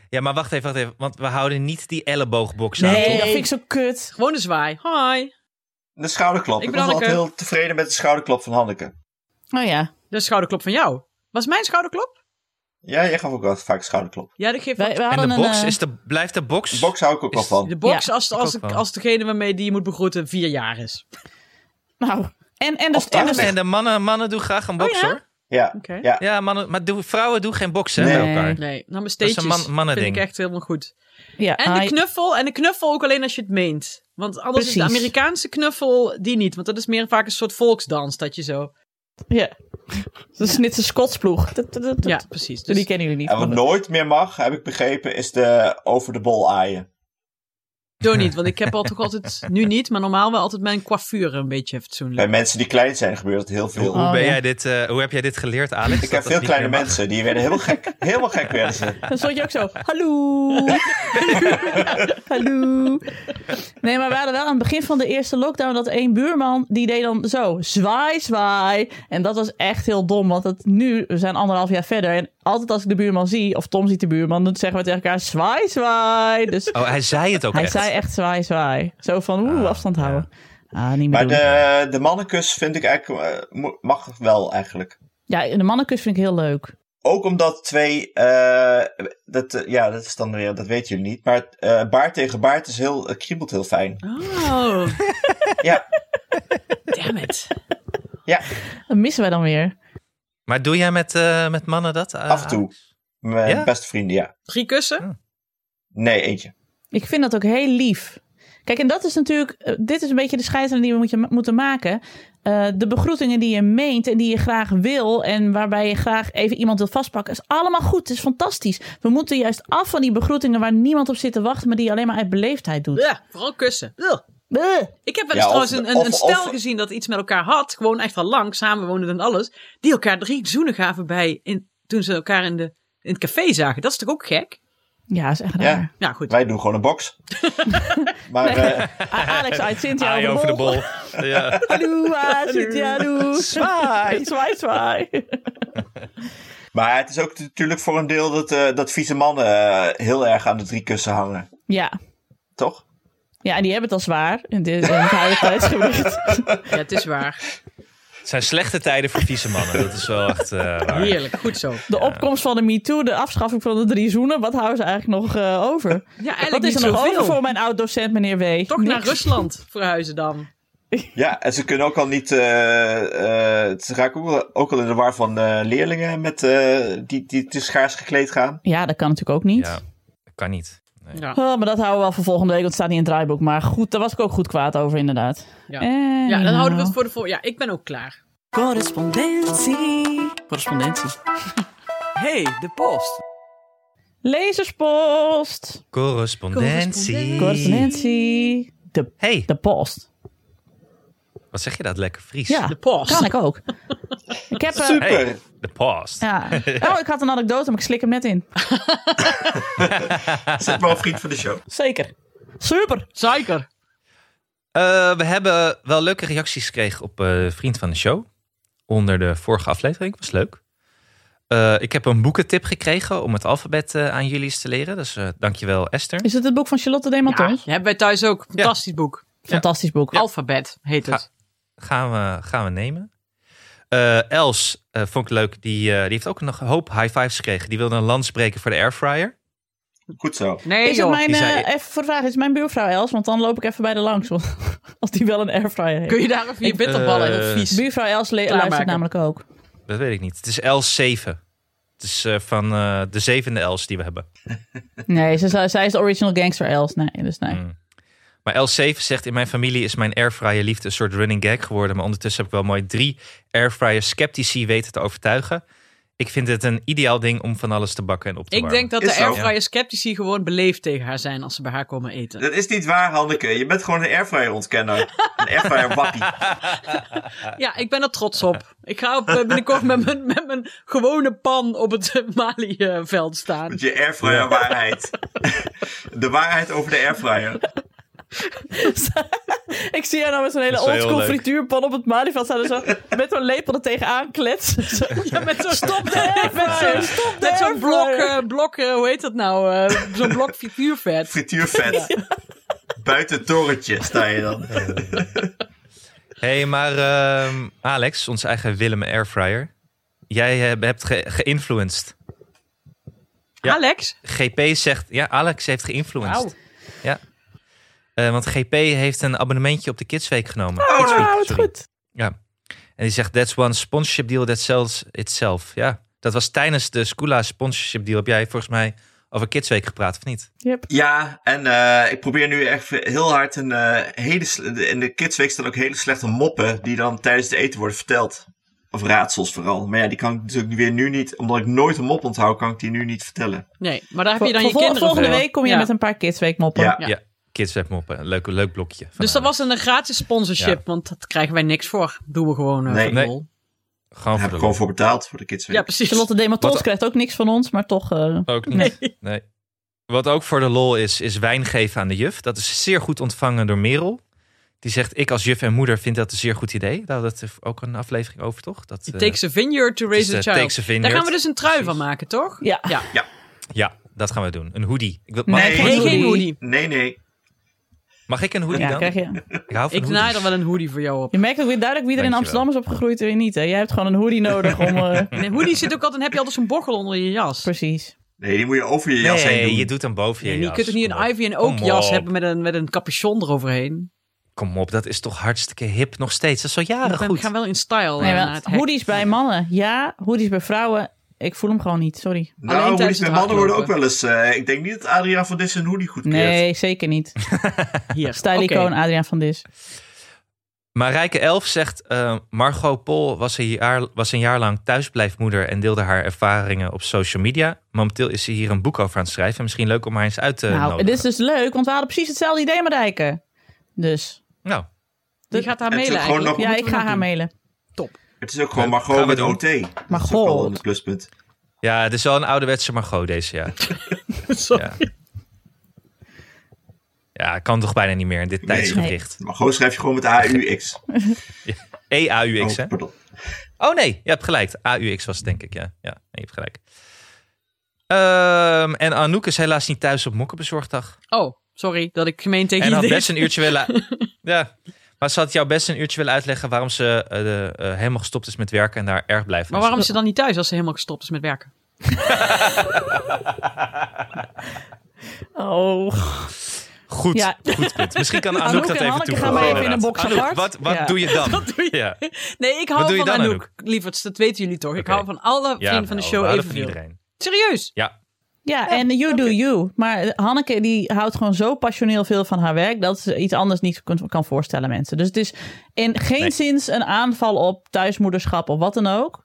Speaker 4: ja, maar wacht even, wacht even. Want we houden niet die elleboogbox aan.
Speaker 3: Nee,
Speaker 4: toch?
Speaker 3: dat vind ik zo kut.
Speaker 2: Gewoon de zwaai. Hi.
Speaker 5: de schouderklop.
Speaker 2: Ik
Speaker 5: Ik,
Speaker 2: ben
Speaker 5: was altijd
Speaker 2: Hanneke.
Speaker 5: heel tevreden met de schouderklop van Hanneke.
Speaker 3: Oh ja.
Speaker 2: De schouderklop van jou. Was mijn schouderklop?
Speaker 5: Ja, jij gaf ook wel vaak schouderklop.
Speaker 2: Ja, dat geeft
Speaker 3: Wij, wij
Speaker 4: En
Speaker 3: hadden
Speaker 4: de box,
Speaker 3: een, eh,
Speaker 4: is de, blijft de box?
Speaker 5: De box hou ik ook wel
Speaker 4: Is-
Speaker 5: van.
Speaker 2: de box
Speaker 3: Ja,
Speaker 2: als,
Speaker 4: ik
Speaker 2: als,
Speaker 4: ook wel.
Speaker 2: als degene waarmee die je moet begroeten vier jaar is.
Speaker 3: Nou, en, en, de,
Speaker 5: Of
Speaker 3: en, de-
Speaker 5: tachtig.
Speaker 4: En de mannen, mannen doen graag een
Speaker 3: Oh,
Speaker 4: box,
Speaker 2: ja?
Speaker 4: hoor.
Speaker 5: Ja.
Speaker 2: Oké.
Speaker 5: ja.
Speaker 4: Ja, mannen, maar doe- vrouwen doen geen boksen
Speaker 5: Nee.
Speaker 4: bij elkaar.
Speaker 2: Nee,
Speaker 4: Dat
Speaker 2: namasteetjes.
Speaker 4: is een man-
Speaker 2: vind
Speaker 4: mannending.
Speaker 2: ik echt helemaal goed.
Speaker 3: ja,
Speaker 2: En de
Speaker 3: ah,
Speaker 2: knuffel. En de knuffel ook alleen als je het meent. Want anders is de
Speaker 3: Precies.
Speaker 2: Amerikaanse knuffel die niet. Want dat is meer vaak een soort volksdans dat je zo...
Speaker 3: Ja. Dat is net een Scotsploeg. Dat- dat- dat-
Speaker 2: Ja,
Speaker 3: dat-
Speaker 2: precies. Dus
Speaker 3: Die kennen jullie niet.
Speaker 5: En wat nooit meer mag, heb ik begrepen, is de over de bol aaien.
Speaker 2: Door niet, want ik heb al toch altijd, nu niet, maar normaal wel altijd mijn coiffure een beetje fatsoenlijk.
Speaker 5: Bij mensen die klein zijn gebeurt het heel veel.
Speaker 4: Hoe,
Speaker 3: Oh,
Speaker 4: ben
Speaker 3: ja.
Speaker 4: jij dit, eh, hoe heb jij dit geleerd, Alex?
Speaker 5: ik
Speaker 4: Dat
Speaker 5: heb
Speaker 4: dat
Speaker 5: veel
Speaker 4: niet
Speaker 5: kleine
Speaker 4: meer mag?
Speaker 5: mensen, die werden helemaal gek. Helemaal gek werden ze.
Speaker 3: Dan stond je ook zo, hallo. hallo. Nee, maar we hadden wel aan het begin van de eerste lockdown dat één buurman, die deed dan zo, zwaai, zwaai. En dat was echt heel dom, want het, nu, we zijn anderhalf jaar verder. En altijd als ik de buurman zie, of Tom ziet de buurman, dan zeggen we tegen elkaar, zwaai, zwaai. Dus
Speaker 4: Oh, hij zei het ook
Speaker 3: hij
Speaker 4: echt.
Speaker 3: zei echt zwaai, zwaai. Zo van, oeh, afstand houden. Ah, niet meer
Speaker 5: Maar
Speaker 3: doen.
Speaker 5: de, de mannenkus vind ik eigenlijk, eh, mo- mag wel eigenlijk.
Speaker 3: Ja, de mannenkus vind ik heel leuk.
Speaker 5: Ook omdat twee, eh, dat, eh, ja, dat is dan weer, dat weten jullie niet, maar eh, baard tegen baard is heel, eh, kriebelt heel fijn.
Speaker 2: Oh,
Speaker 5: Ja,
Speaker 2: damn it.
Speaker 5: ja,
Speaker 3: Dat missen wij dan weer.
Speaker 4: Maar doe jij met, eh, met mannen dat? eh,
Speaker 5: af en toe. Mijn
Speaker 4: Ja?
Speaker 5: beste vrienden, ja.
Speaker 2: Drie kussen?
Speaker 5: Nee, eentje.
Speaker 3: Ik vind dat ook heel lief. Kijk, en dat is natuurlijk, eh, dit is een beetje de scheidslijn die we moet je, moeten maken. Eh, de begroetingen die je meent en die je graag wil en waarbij je graag even iemand wil vastpakken, is allemaal goed. Het is fantastisch. We moeten juist af van die begroetingen waar niemand op zit te wachten, maar die je alleen maar uit beleefdheid doet.
Speaker 2: Ja, vooral kussen. Ugh.
Speaker 3: Bleh.
Speaker 2: Ik heb wel
Speaker 5: Ja,
Speaker 2: eens
Speaker 5: of-
Speaker 2: trouwens een, een,
Speaker 5: of-
Speaker 2: een stel
Speaker 5: of-
Speaker 2: gezien dat iets met elkaar had. Gewoon echt al lang, samen woonden en alles. Die elkaar drie zoenen gaven bij in, toen ze elkaar in, de, in het café zagen. Dat is toch ook gek?
Speaker 3: Ah, Ja, is echt
Speaker 5: Ja.
Speaker 3: raar.
Speaker 2: Nou goed.
Speaker 5: Wij doen gewoon een box. maar eh,
Speaker 3: A- Alex uit Cynthia
Speaker 4: Aai over de bol. ja.
Speaker 3: Hallo, ah, Cynthia, hallo.
Speaker 4: Zwaai.
Speaker 3: Zwaai, zwaai.
Speaker 5: Maar het is ook natuurlijk voor een deel dat, eh, dat vieze mannen eh, heel erg aan de drie kussen hangen.
Speaker 3: Ja.
Speaker 5: Toch?
Speaker 3: ja, en die hebben het al zwaar in dit in het huidige tijdsgewicht.
Speaker 2: Ja, het is waar.
Speaker 4: Het zijn slechte tijden voor vieze mannen. Dat is wel echt eh, waar.
Speaker 2: Heerlijk. Goed zo.
Speaker 3: De opkomst van de MeToo, de afschaffing van de drie zoenen, wat houden ze eigenlijk nog eh, over?
Speaker 2: Ja,
Speaker 3: Wat
Speaker 2: eigenlijk
Speaker 3: is
Speaker 2: niet
Speaker 3: er nog over
Speaker 2: zoveel.
Speaker 3: voor mijn oud-docent, meneer W?
Speaker 2: Toch
Speaker 3: Niks.
Speaker 2: naar Rusland verhuizen dan.
Speaker 5: Ja, en ze kunnen ook al niet. eh, eh, ze raken ook al, ook al in de war van eh, leerlingen met, eh, die, die te schaars gekleed gaan.
Speaker 3: Ja, dat kan natuurlijk ook niet.
Speaker 4: Ja, dat kan niet. Nee.
Speaker 2: Ja.
Speaker 3: Oh, maar dat houden we wel voor volgende week, want het staat niet in het draaiboek. Maar goed, daar was ik ook goed kwaad over, inderdaad. Eh,
Speaker 2: Ja.
Speaker 3: En-
Speaker 2: Ja, dan houden we het voor de volgende. Ja, ik ben ook klaar.
Speaker 3: nou.
Speaker 6: Correspondentie. Correspondentie. Hey, de post.
Speaker 3: Lezerspost.
Speaker 4: Correspondentie.
Speaker 3: Correspondentie. De,
Speaker 4: Hey,
Speaker 3: de post.
Speaker 4: wat zeg je dat lekker Fries?
Speaker 3: Ja,
Speaker 2: De post.
Speaker 3: kan ik ook. ik heb... eh,
Speaker 5: Super!
Speaker 4: Hey, de post.
Speaker 3: ja. Oh, ik had een anekdote, maar ik slik hem net in.
Speaker 5: Zet maar een vriend van de show.
Speaker 3: Zeker. Super.
Speaker 2: Zeker.
Speaker 4: Eh, we hebben wel leuke reacties gekregen op eh, Vriend van de Show. Onder de vorige aflevering. Was leuk. Eh, ik heb een boekentip gekregen om het alfabet eh, aan jullie eens te leren. Dus eh, dankjewel Esther.
Speaker 3: Is het het boek van Charlotte de
Speaker 2: Ja,
Speaker 3: Maton?
Speaker 2: die hebben wij thuis ook. Fantastisch boek.
Speaker 3: Fantastisch boek.
Speaker 2: Alfabet heet het.
Speaker 4: Gaan we, gaan we nemen. Eh, Els eh, vond ik leuk. Die, eh, die heeft ook nog een hoop high fives gekregen. Die wilde een lans breken voor de airfryer.
Speaker 5: Goed zo.
Speaker 2: Nee
Speaker 3: Is het
Speaker 2: joh.
Speaker 3: mijn,
Speaker 4: die zei-
Speaker 3: eh, even voor de vraag, is het mijn buurvrouw Els? Want dan loop ik even bij de langs, want- als die wel een airfryer heeft.
Speaker 2: Kun je daar even je bitterballen in of
Speaker 4: Eh,
Speaker 2: vies?
Speaker 3: Buurvrouw Els le-
Speaker 2: Klaarmaken.
Speaker 3: luistert namelijk ook.
Speaker 4: Dat weet ik niet. Het is Els 7. Het is eh, van eh, de zevende Els die we hebben.
Speaker 3: Nee, ze, zou- zij is de original gangster Els. Nee, dus nee.
Speaker 4: Maar L7 zegt, in mijn familie is mijn airfryer liefde een soort running gag geworden. Maar ondertussen heb ik wel mooi drie airfryer sceptici weten te overtuigen. Ik vind het een ideaal ding om van alles te bakken en op te
Speaker 2: Ik
Speaker 4: warmen.
Speaker 2: denk dat
Speaker 5: Is
Speaker 2: de
Speaker 5: zo.
Speaker 2: airfryer sceptici gewoon beleefd tegen haar zijn als ze bij haar komen eten.
Speaker 5: Dat is niet waar, Hanneke. Je bent gewoon een airfryer ontkenner. Een airfryer wappie.
Speaker 2: Ja, ik ben er trots op. Ik ga op, eh, binnenkort met mijn, met mijn gewone pan op het eh, Mali-veld staan.
Speaker 5: Met je airfryer waarheid. De waarheid over de airfryer.
Speaker 3: Ik zie haar nou met zo'n hele
Speaker 4: Dat is wel heel
Speaker 3: oldschool
Speaker 4: leuk.
Speaker 3: frituurpan op het Malieveld staan. en zo met zo'n lepel er tegenaan kletsen. Zo,
Speaker 2: Ja, met zo'n stop
Speaker 3: met zo'n- stop de
Speaker 2: Met zo'n blok,
Speaker 3: airfryer.
Speaker 2: eh, blok eh, hoe heet dat nou? Eh, zo'n blok frituurvet.
Speaker 5: Frituurvet. Buiten het torentje sta je dan.
Speaker 4: hey, maar ehm, Alex, onze eigen Willem airfryer. Jij eh, hebt ge- geïnfluenced. Ja.
Speaker 2: Alex?
Speaker 4: GP zegt, ja, Alex heeft geïnfluenced.
Speaker 2: Wauw.
Speaker 4: Ja. Eh, want GP heeft een abonnementje op de Kidsweek genomen. Kidsweek,
Speaker 3: nou, wat
Speaker 4: sorry.
Speaker 3: goed.
Speaker 4: Ja. En die zegt, that's one sponsorship deal that sells itself. Ja, dat was tijdens de Scula sponsorship deal. Heb jij volgens mij over Kidsweek gepraat, of niet?
Speaker 3: Yep.
Speaker 5: Ja, en eh, ik probeer nu echt heel hard een eh, hele. sle- de- In de kidsweek staan ook hele slechte moppen die dan tijdens het eten worden verteld. Of raadsels vooral. Maar ja, die kan ik natuurlijk weer nu niet. Omdat ik nooit een mop onthoud, kan ik die nu niet vertellen.
Speaker 2: Nee, maar daar heb
Speaker 3: Vol-
Speaker 2: je dan je
Speaker 3: vol-
Speaker 2: kinderen
Speaker 3: volgende
Speaker 2: voor.
Speaker 3: week kom je
Speaker 2: Ja.
Speaker 3: met een paar kidsweek moppen.
Speaker 5: Ja.
Speaker 2: Ja.
Speaker 4: Kids Web Moppen. Leuk, leuk blokje. van
Speaker 2: Dus dat
Speaker 4: Alex.
Speaker 2: was een gratis sponsorship,
Speaker 4: Ja.
Speaker 2: want dat krijgen wij niks voor. Doen we gewoon eh,
Speaker 5: Nee.
Speaker 2: voor de
Speaker 4: Nee.
Speaker 2: lol.
Speaker 4: Gewoon
Speaker 5: Daar
Speaker 4: voor
Speaker 5: heb
Speaker 4: de
Speaker 5: ik
Speaker 4: lol.
Speaker 5: gewoon voor betaald voor de Kids Week.
Speaker 2: Ja, precies.
Speaker 3: Charlotte Dematos
Speaker 4: Wat-
Speaker 3: krijgt ook niks van ons, maar toch... eh,
Speaker 4: Ook niet. Nee. Wat ook voor de lol is, is wijn geven aan de juf. Dat is zeer goed ontvangen door Merel. Die zegt, ik als juf en moeder vind dat een zeer goed idee. Nou, dat heeft ook een aflevering over, toch? Dat,
Speaker 2: It
Speaker 4: eh,
Speaker 2: takes a vineyard to
Speaker 4: het is,
Speaker 2: raise a
Speaker 4: eh,
Speaker 2: child.
Speaker 4: Takes a Vineyard.
Speaker 2: Daar gaan we dus een trui
Speaker 4: Precies.
Speaker 2: van maken, toch?
Speaker 3: ja.
Speaker 2: Ja.
Speaker 4: Ja, dat gaan we doen. Een hoodie. Ik wil, mag,
Speaker 5: Nee,
Speaker 4: ik,
Speaker 2: Nee, geen hoodie.
Speaker 5: Nee, nee.
Speaker 4: mag ik een hoodie
Speaker 3: Ja,
Speaker 4: dan?
Speaker 3: krijg je.
Speaker 4: Ik hou van
Speaker 2: Ik
Speaker 4: hoodies.
Speaker 2: naai er wel een hoodie voor jou op.
Speaker 3: je merkt ook weer duidelijk wie er in
Speaker 4: Dankjewel.
Speaker 3: Amsterdam is opgegroeid en wie niet. Hè? Jij hebt gewoon een hoodie nodig om... eh,
Speaker 2: En een hoodie zit ook altijd, heb je altijd zo'n bochel onder je jas.
Speaker 3: precies.
Speaker 5: Nee, die moet je over je jas heen
Speaker 4: Nee,
Speaker 5: doen.
Speaker 4: je doet hem boven je
Speaker 2: En je
Speaker 4: jas.
Speaker 2: kunt toch niet
Speaker 4: Kom
Speaker 2: een
Speaker 4: op.
Speaker 2: Ivy en
Speaker 4: Kom
Speaker 2: Oak jas
Speaker 4: op.
Speaker 2: hebben met een, met een capuchon eroverheen.
Speaker 4: Kom op, dat is toch hartstikke hip nog steeds. Dat is al
Speaker 2: We
Speaker 4: jaren
Speaker 2: gaan- we
Speaker 4: goed.
Speaker 2: gaan wel in style. eh,
Speaker 3: Nee,
Speaker 2: naar
Speaker 3: maar
Speaker 2: het hek.
Speaker 3: hoodies bij mannen, ja. Hoodies bij vrouwen, ik voel hem gewoon niet, sorry.
Speaker 2: alleen
Speaker 5: Nou,
Speaker 2: tijdens
Speaker 5: hoodies
Speaker 2: het
Speaker 5: met mannen worden ook
Speaker 2: hardlopen.
Speaker 5: wel eens... eh, ik denk niet dat Adriaan van Dis een hoodie goedkeurt.
Speaker 3: Nee, zeker niet.
Speaker 2: Hier.
Speaker 3: Stijlicoon
Speaker 2: Oké.
Speaker 3: Adriaan van Dis.
Speaker 4: Maar Rijke Elf zegt, eh, Margot Pol was een, jaar, was een jaar lang thuisblijfmoeder en deelde haar ervaringen op social media. Momenteel is ze hier een boek over aan het schrijven. Misschien leuk om haar eens uit te
Speaker 3: nou,
Speaker 4: nodigen.
Speaker 3: dit is dus leuk, want we hadden precies hetzelfde idee, Marijke. Dus,
Speaker 4: Nou,
Speaker 2: Die gaat haar
Speaker 5: En toen
Speaker 2: mailen
Speaker 5: gewoon
Speaker 2: eigenlijk.
Speaker 5: nog-
Speaker 3: ja,
Speaker 2: Moeten
Speaker 3: ik
Speaker 2: we
Speaker 3: ga
Speaker 2: nog
Speaker 3: haar
Speaker 2: doen.
Speaker 3: mailen.
Speaker 5: Het is ook gewoon
Speaker 4: Ja, gaan
Speaker 5: Margot
Speaker 4: we
Speaker 5: met
Speaker 4: doen.
Speaker 5: OT. Dat is ook
Speaker 3: Margot.
Speaker 5: wel een pluspunt.
Speaker 4: ja, het is wel een ouderwetse Margot deze, ja.
Speaker 2: Sorry.
Speaker 4: Ja. Ja, kan toch bijna niet meer in dit
Speaker 5: Nee.
Speaker 4: tijdsgericht.
Speaker 5: Margot schrijf je gewoon met AUX.
Speaker 4: E-AUX, hè?
Speaker 5: Oh, pardon.
Speaker 4: Oh nee, je hebt gelijk. AUX was het denk ik, ja. Ja, nee, je hebt gelijk. Ehm, en Anouk is helaas niet thuis op mokkenbezorgdag.
Speaker 2: Oh, sorry dat ik gemeen tegen
Speaker 4: En
Speaker 2: je
Speaker 4: had
Speaker 2: deed.
Speaker 4: best een uurtje willen... ja, maar ze had jou best een uurtje willen uitleggen waarom ze eh, de, eh, helemaal gestopt is met werken en daar erg blij van
Speaker 2: Maar
Speaker 4: is.
Speaker 2: waarom is ze dan niet thuis als ze helemaal gestopt is met werken?
Speaker 3: Oh,
Speaker 4: Goed,
Speaker 3: Ja.
Speaker 4: goed punt. Misschien kan Anouk,
Speaker 3: Anouk
Speaker 4: dat
Speaker 3: en
Speaker 4: even
Speaker 3: Hanneke gaan
Speaker 4: toevoegen.
Speaker 3: maar even in een
Speaker 4: inderdaad.
Speaker 3: box apart.
Speaker 4: Anouk, wat, wat
Speaker 3: Ja.
Speaker 4: doe je dan?
Speaker 2: doe je?
Speaker 4: Ja,
Speaker 2: Nee, ik hou
Speaker 4: doe je
Speaker 2: van
Speaker 4: dan,
Speaker 2: Anouk,
Speaker 4: Anouk?
Speaker 2: lieverds. Dat weten jullie toch. Ik
Speaker 4: Oké.
Speaker 2: hou van alle vrienden van de
Speaker 4: nou,
Speaker 2: show
Speaker 4: we houden
Speaker 2: evenveel.
Speaker 4: van iedereen.
Speaker 2: Serieus?
Speaker 4: Ja,
Speaker 3: Ja, en you do you. Maar Hanneke die houdt gewoon zo passioneel veel van haar werk dat ze iets anders niet kunt- kan voorstellen mensen. Dus het is in geen
Speaker 4: Nee.
Speaker 3: zins een aanval op thuismoederschap of wat dan ook.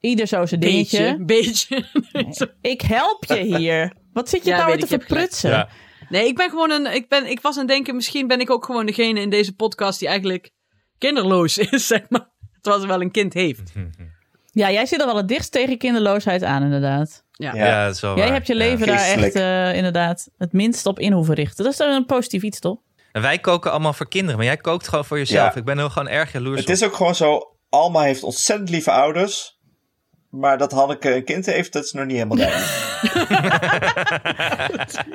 Speaker 3: Ieder zo zijn dingetje.
Speaker 2: Beetje, beetje.
Speaker 3: Ik help je hier. Wat zit je
Speaker 2: Ja,
Speaker 3: nou
Speaker 2: weet
Speaker 3: weer te
Speaker 2: ik, je hebt gelijk.
Speaker 3: verprutsen?
Speaker 4: ja.
Speaker 2: Nee, ik ben gewoon een. Ik, ben, ik was aan het denken, misschien ben ik ook gewoon degene in deze podcast die eigenlijk kinderloos is, zeg maar. Terwijl ze wel een kind heeft.
Speaker 3: Ja, jij zit er wel het dichtst tegen kinderloosheid aan inderdaad.
Speaker 2: Ja.
Speaker 5: Ja.
Speaker 4: ja, dat is wel
Speaker 3: Jij
Speaker 4: waar.
Speaker 3: hebt je
Speaker 4: Oh, Ja.
Speaker 3: leven daar echt
Speaker 5: Geestelijk.
Speaker 3: eh, inderdaad het minst op in hoeven richten. Dat is dan een positief iets, toch?
Speaker 4: En wij koken allemaal voor kinderen, maar jij kookt gewoon voor jezelf.
Speaker 5: Ja.
Speaker 4: Ik ben er gewoon erg jaloers
Speaker 5: Het is ook gewoon zo, Alma heeft ontzettend lieve ouders. Maar dat Hanneke een kind heeft, dat is nog niet helemaal duidelijk.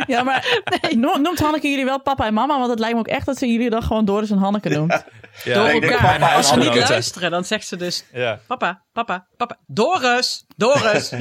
Speaker 3: Ja, maar no- noemt Hanneke jullie wel papa en mama? Want het lijkt me ook echt dat ze jullie dan gewoon Doris en Hanneke noemt.
Speaker 4: op. Ja.
Speaker 2: Door
Speaker 5: nee, ik denk
Speaker 2: elkaar.
Speaker 5: papa en
Speaker 2: Als ze niet
Speaker 4: Hanneke.
Speaker 2: luisteren, dan zegt ze dus:
Speaker 4: Ja.
Speaker 2: Papa, papa, papa. Doris, Doris.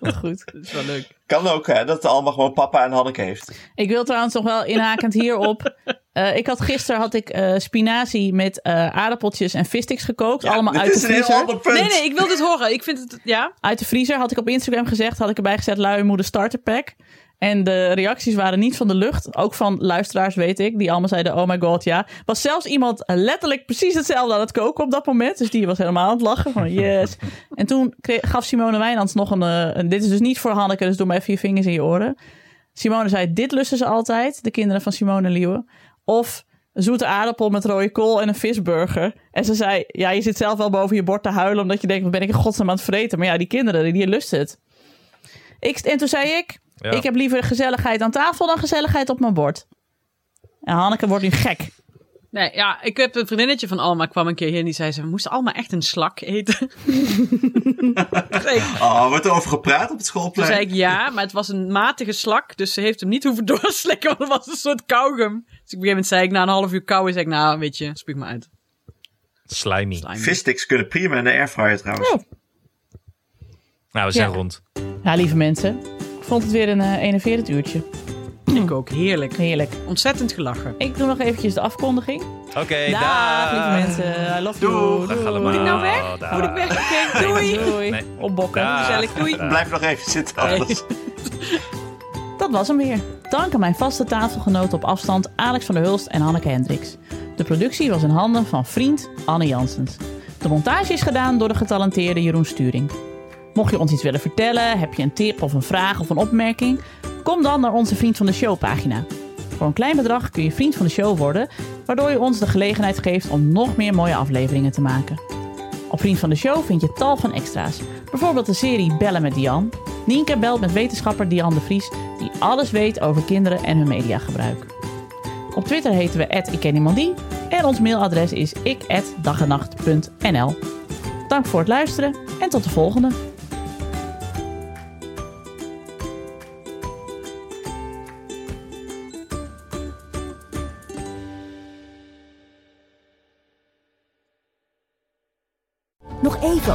Speaker 2: dat
Speaker 3: Goed.
Speaker 2: is wel leuk.
Speaker 5: Kan ook, hè, dat Alma gewoon papa en Hanneke heeft.
Speaker 3: Ik wil trouwens nog wel inhakend hierop. Eh, ik had gisteren had ik eh, spinazie met eh, aardappeltjes en vistix gekookt. allemaal
Speaker 5: dit
Speaker 3: uit de
Speaker 5: is een heel
Speaker 3: vriezer.
Speaker 5: ander punt.
Speaker 2: Nee, nee, ik wil dit horen. Ik vind het. Ja.
Speaker 3: Uit de vriezer had ik op Instagram gezegd, had ik erbij gezet luie moeder starter pack. En de reacties waren niet van de lucht. Ook van luisteraars, weet ik. Die allemaal zeiden, oh my god, ja. Was zelfs iemand letterlijk precies hetzelfde aan het koken op dat moment. Dus die was helemaal aan het lachen van yes. En toen kreeg, gaf Simone Wijnands nog een, eh, een... Dit is dus niet voor Hanneke, dus doe maar even je vingers in je oren. Simone zei, dit lusten ze altijd. De kinderen van Simone Liewe. Of een zoete aardappel met rode kool en een visburger. En ze zei, ja, je zit zelf wel boven je bord te huilen... omdat je denkt, wat ben ik in godsnaam aan het vreten? Maar ja, die kinderen, die, die lusten het. Ik, en toen zei ik,
Speaker 4: Ja.
Speaker 3: ik heb liever gezelligheid aan tafel dan gezelligheid op mijn bord. En Hanneke wordt nu gek.
Speaker 2: Nee, ja, ik heb een vriendinnetje van Alma kwam een keer hier en die zei ze, we moesten Alma echt een slak eten. nee,
Speaker 5: Oh, wordt er over gepraat op het
Speaker 2: toen
Speaker 5: schoolplein?
Speaker 2: zei ik ja, maar het was een matige slak, dus ze heeft hem niet hoeven doorslikken, want het was een soort kauwgum. Dus op een gegeven moment zei ik, na een half uur kauwen, zei ik, nou weet je, spuug me uit.
Speaker 4: Slimy.
Speaker 2: Slime.
Speaker 5: Vissticks kunnen prima in de airfryer trouwens.
Speaker 3: Oh.
Speaker 4: Nou, we zijn
Speaker 3: Ja.
Speaker 4: rond.
Speaker 3: Ja, lieve mensen. Ik vond het weer een eh, enerverend uurtje.
Speaker 2: Ik ook, heerlijk.
Speaker 3: Heerlijk.
Speaker 2: Ontzettend gelachen.
Speaker 3: Ik doe nog eventjes de afkondiging.
Speaker 4: Oké,
Speaker 3: Dag,
Speaker 4: daag.
Speaker 3: lieve mensen. I love you.
Speaker 5: Doeg.
Speaker 4: Dag allemaal.
Speaker 2: Moet ik nou weg?
Speaker 4: Daag.
Speaker 2: Moet ik weg? Oké, doei.
Speaker 3: Doei.
Speaker 4: Nee.
Speaker 3: Opbokken.
Speaker 4: Daag.
Speaker 2: Gezellig, doei.
Speaker 4: Daag.
Speaker 5: Blijf nog even zitten
Speaker 2: Nee.
Speaker 5: anders.
Speaker 3: Dat was hem weer. Dank aan mijn vaste tafelgenoten op afstand Alex van der Hulst en Hanneke Hendricks. De productie was in handen van vriend Anne Janssens. De montage is gedaan door de getalenteerde Jeroen Sturing. Mocht je ons iets willen vertellen, heb je een tip of een vraag of een opmerking? Kom dan naar onze Vriend van de Show pagina. Voor een klein bedrag kun je vriend van de show worden, waardoor je ons de gelegenheid geeft om nog meer mooie afleveringen te maken. Op Vriend van de Show vind je tal van extra's. Bijvoorbeeld de serie Bellen met Dian. Nienke belt met wetenschapper Dian de Vries, die alles weet over kinderen en hun mediagebruik. Op Twitter heten we @ikkenniemandie en ons mailadres is ik@dagenacht.nl. Dank voor het luisteren en tot de volgende.
Speaker 1: Nog even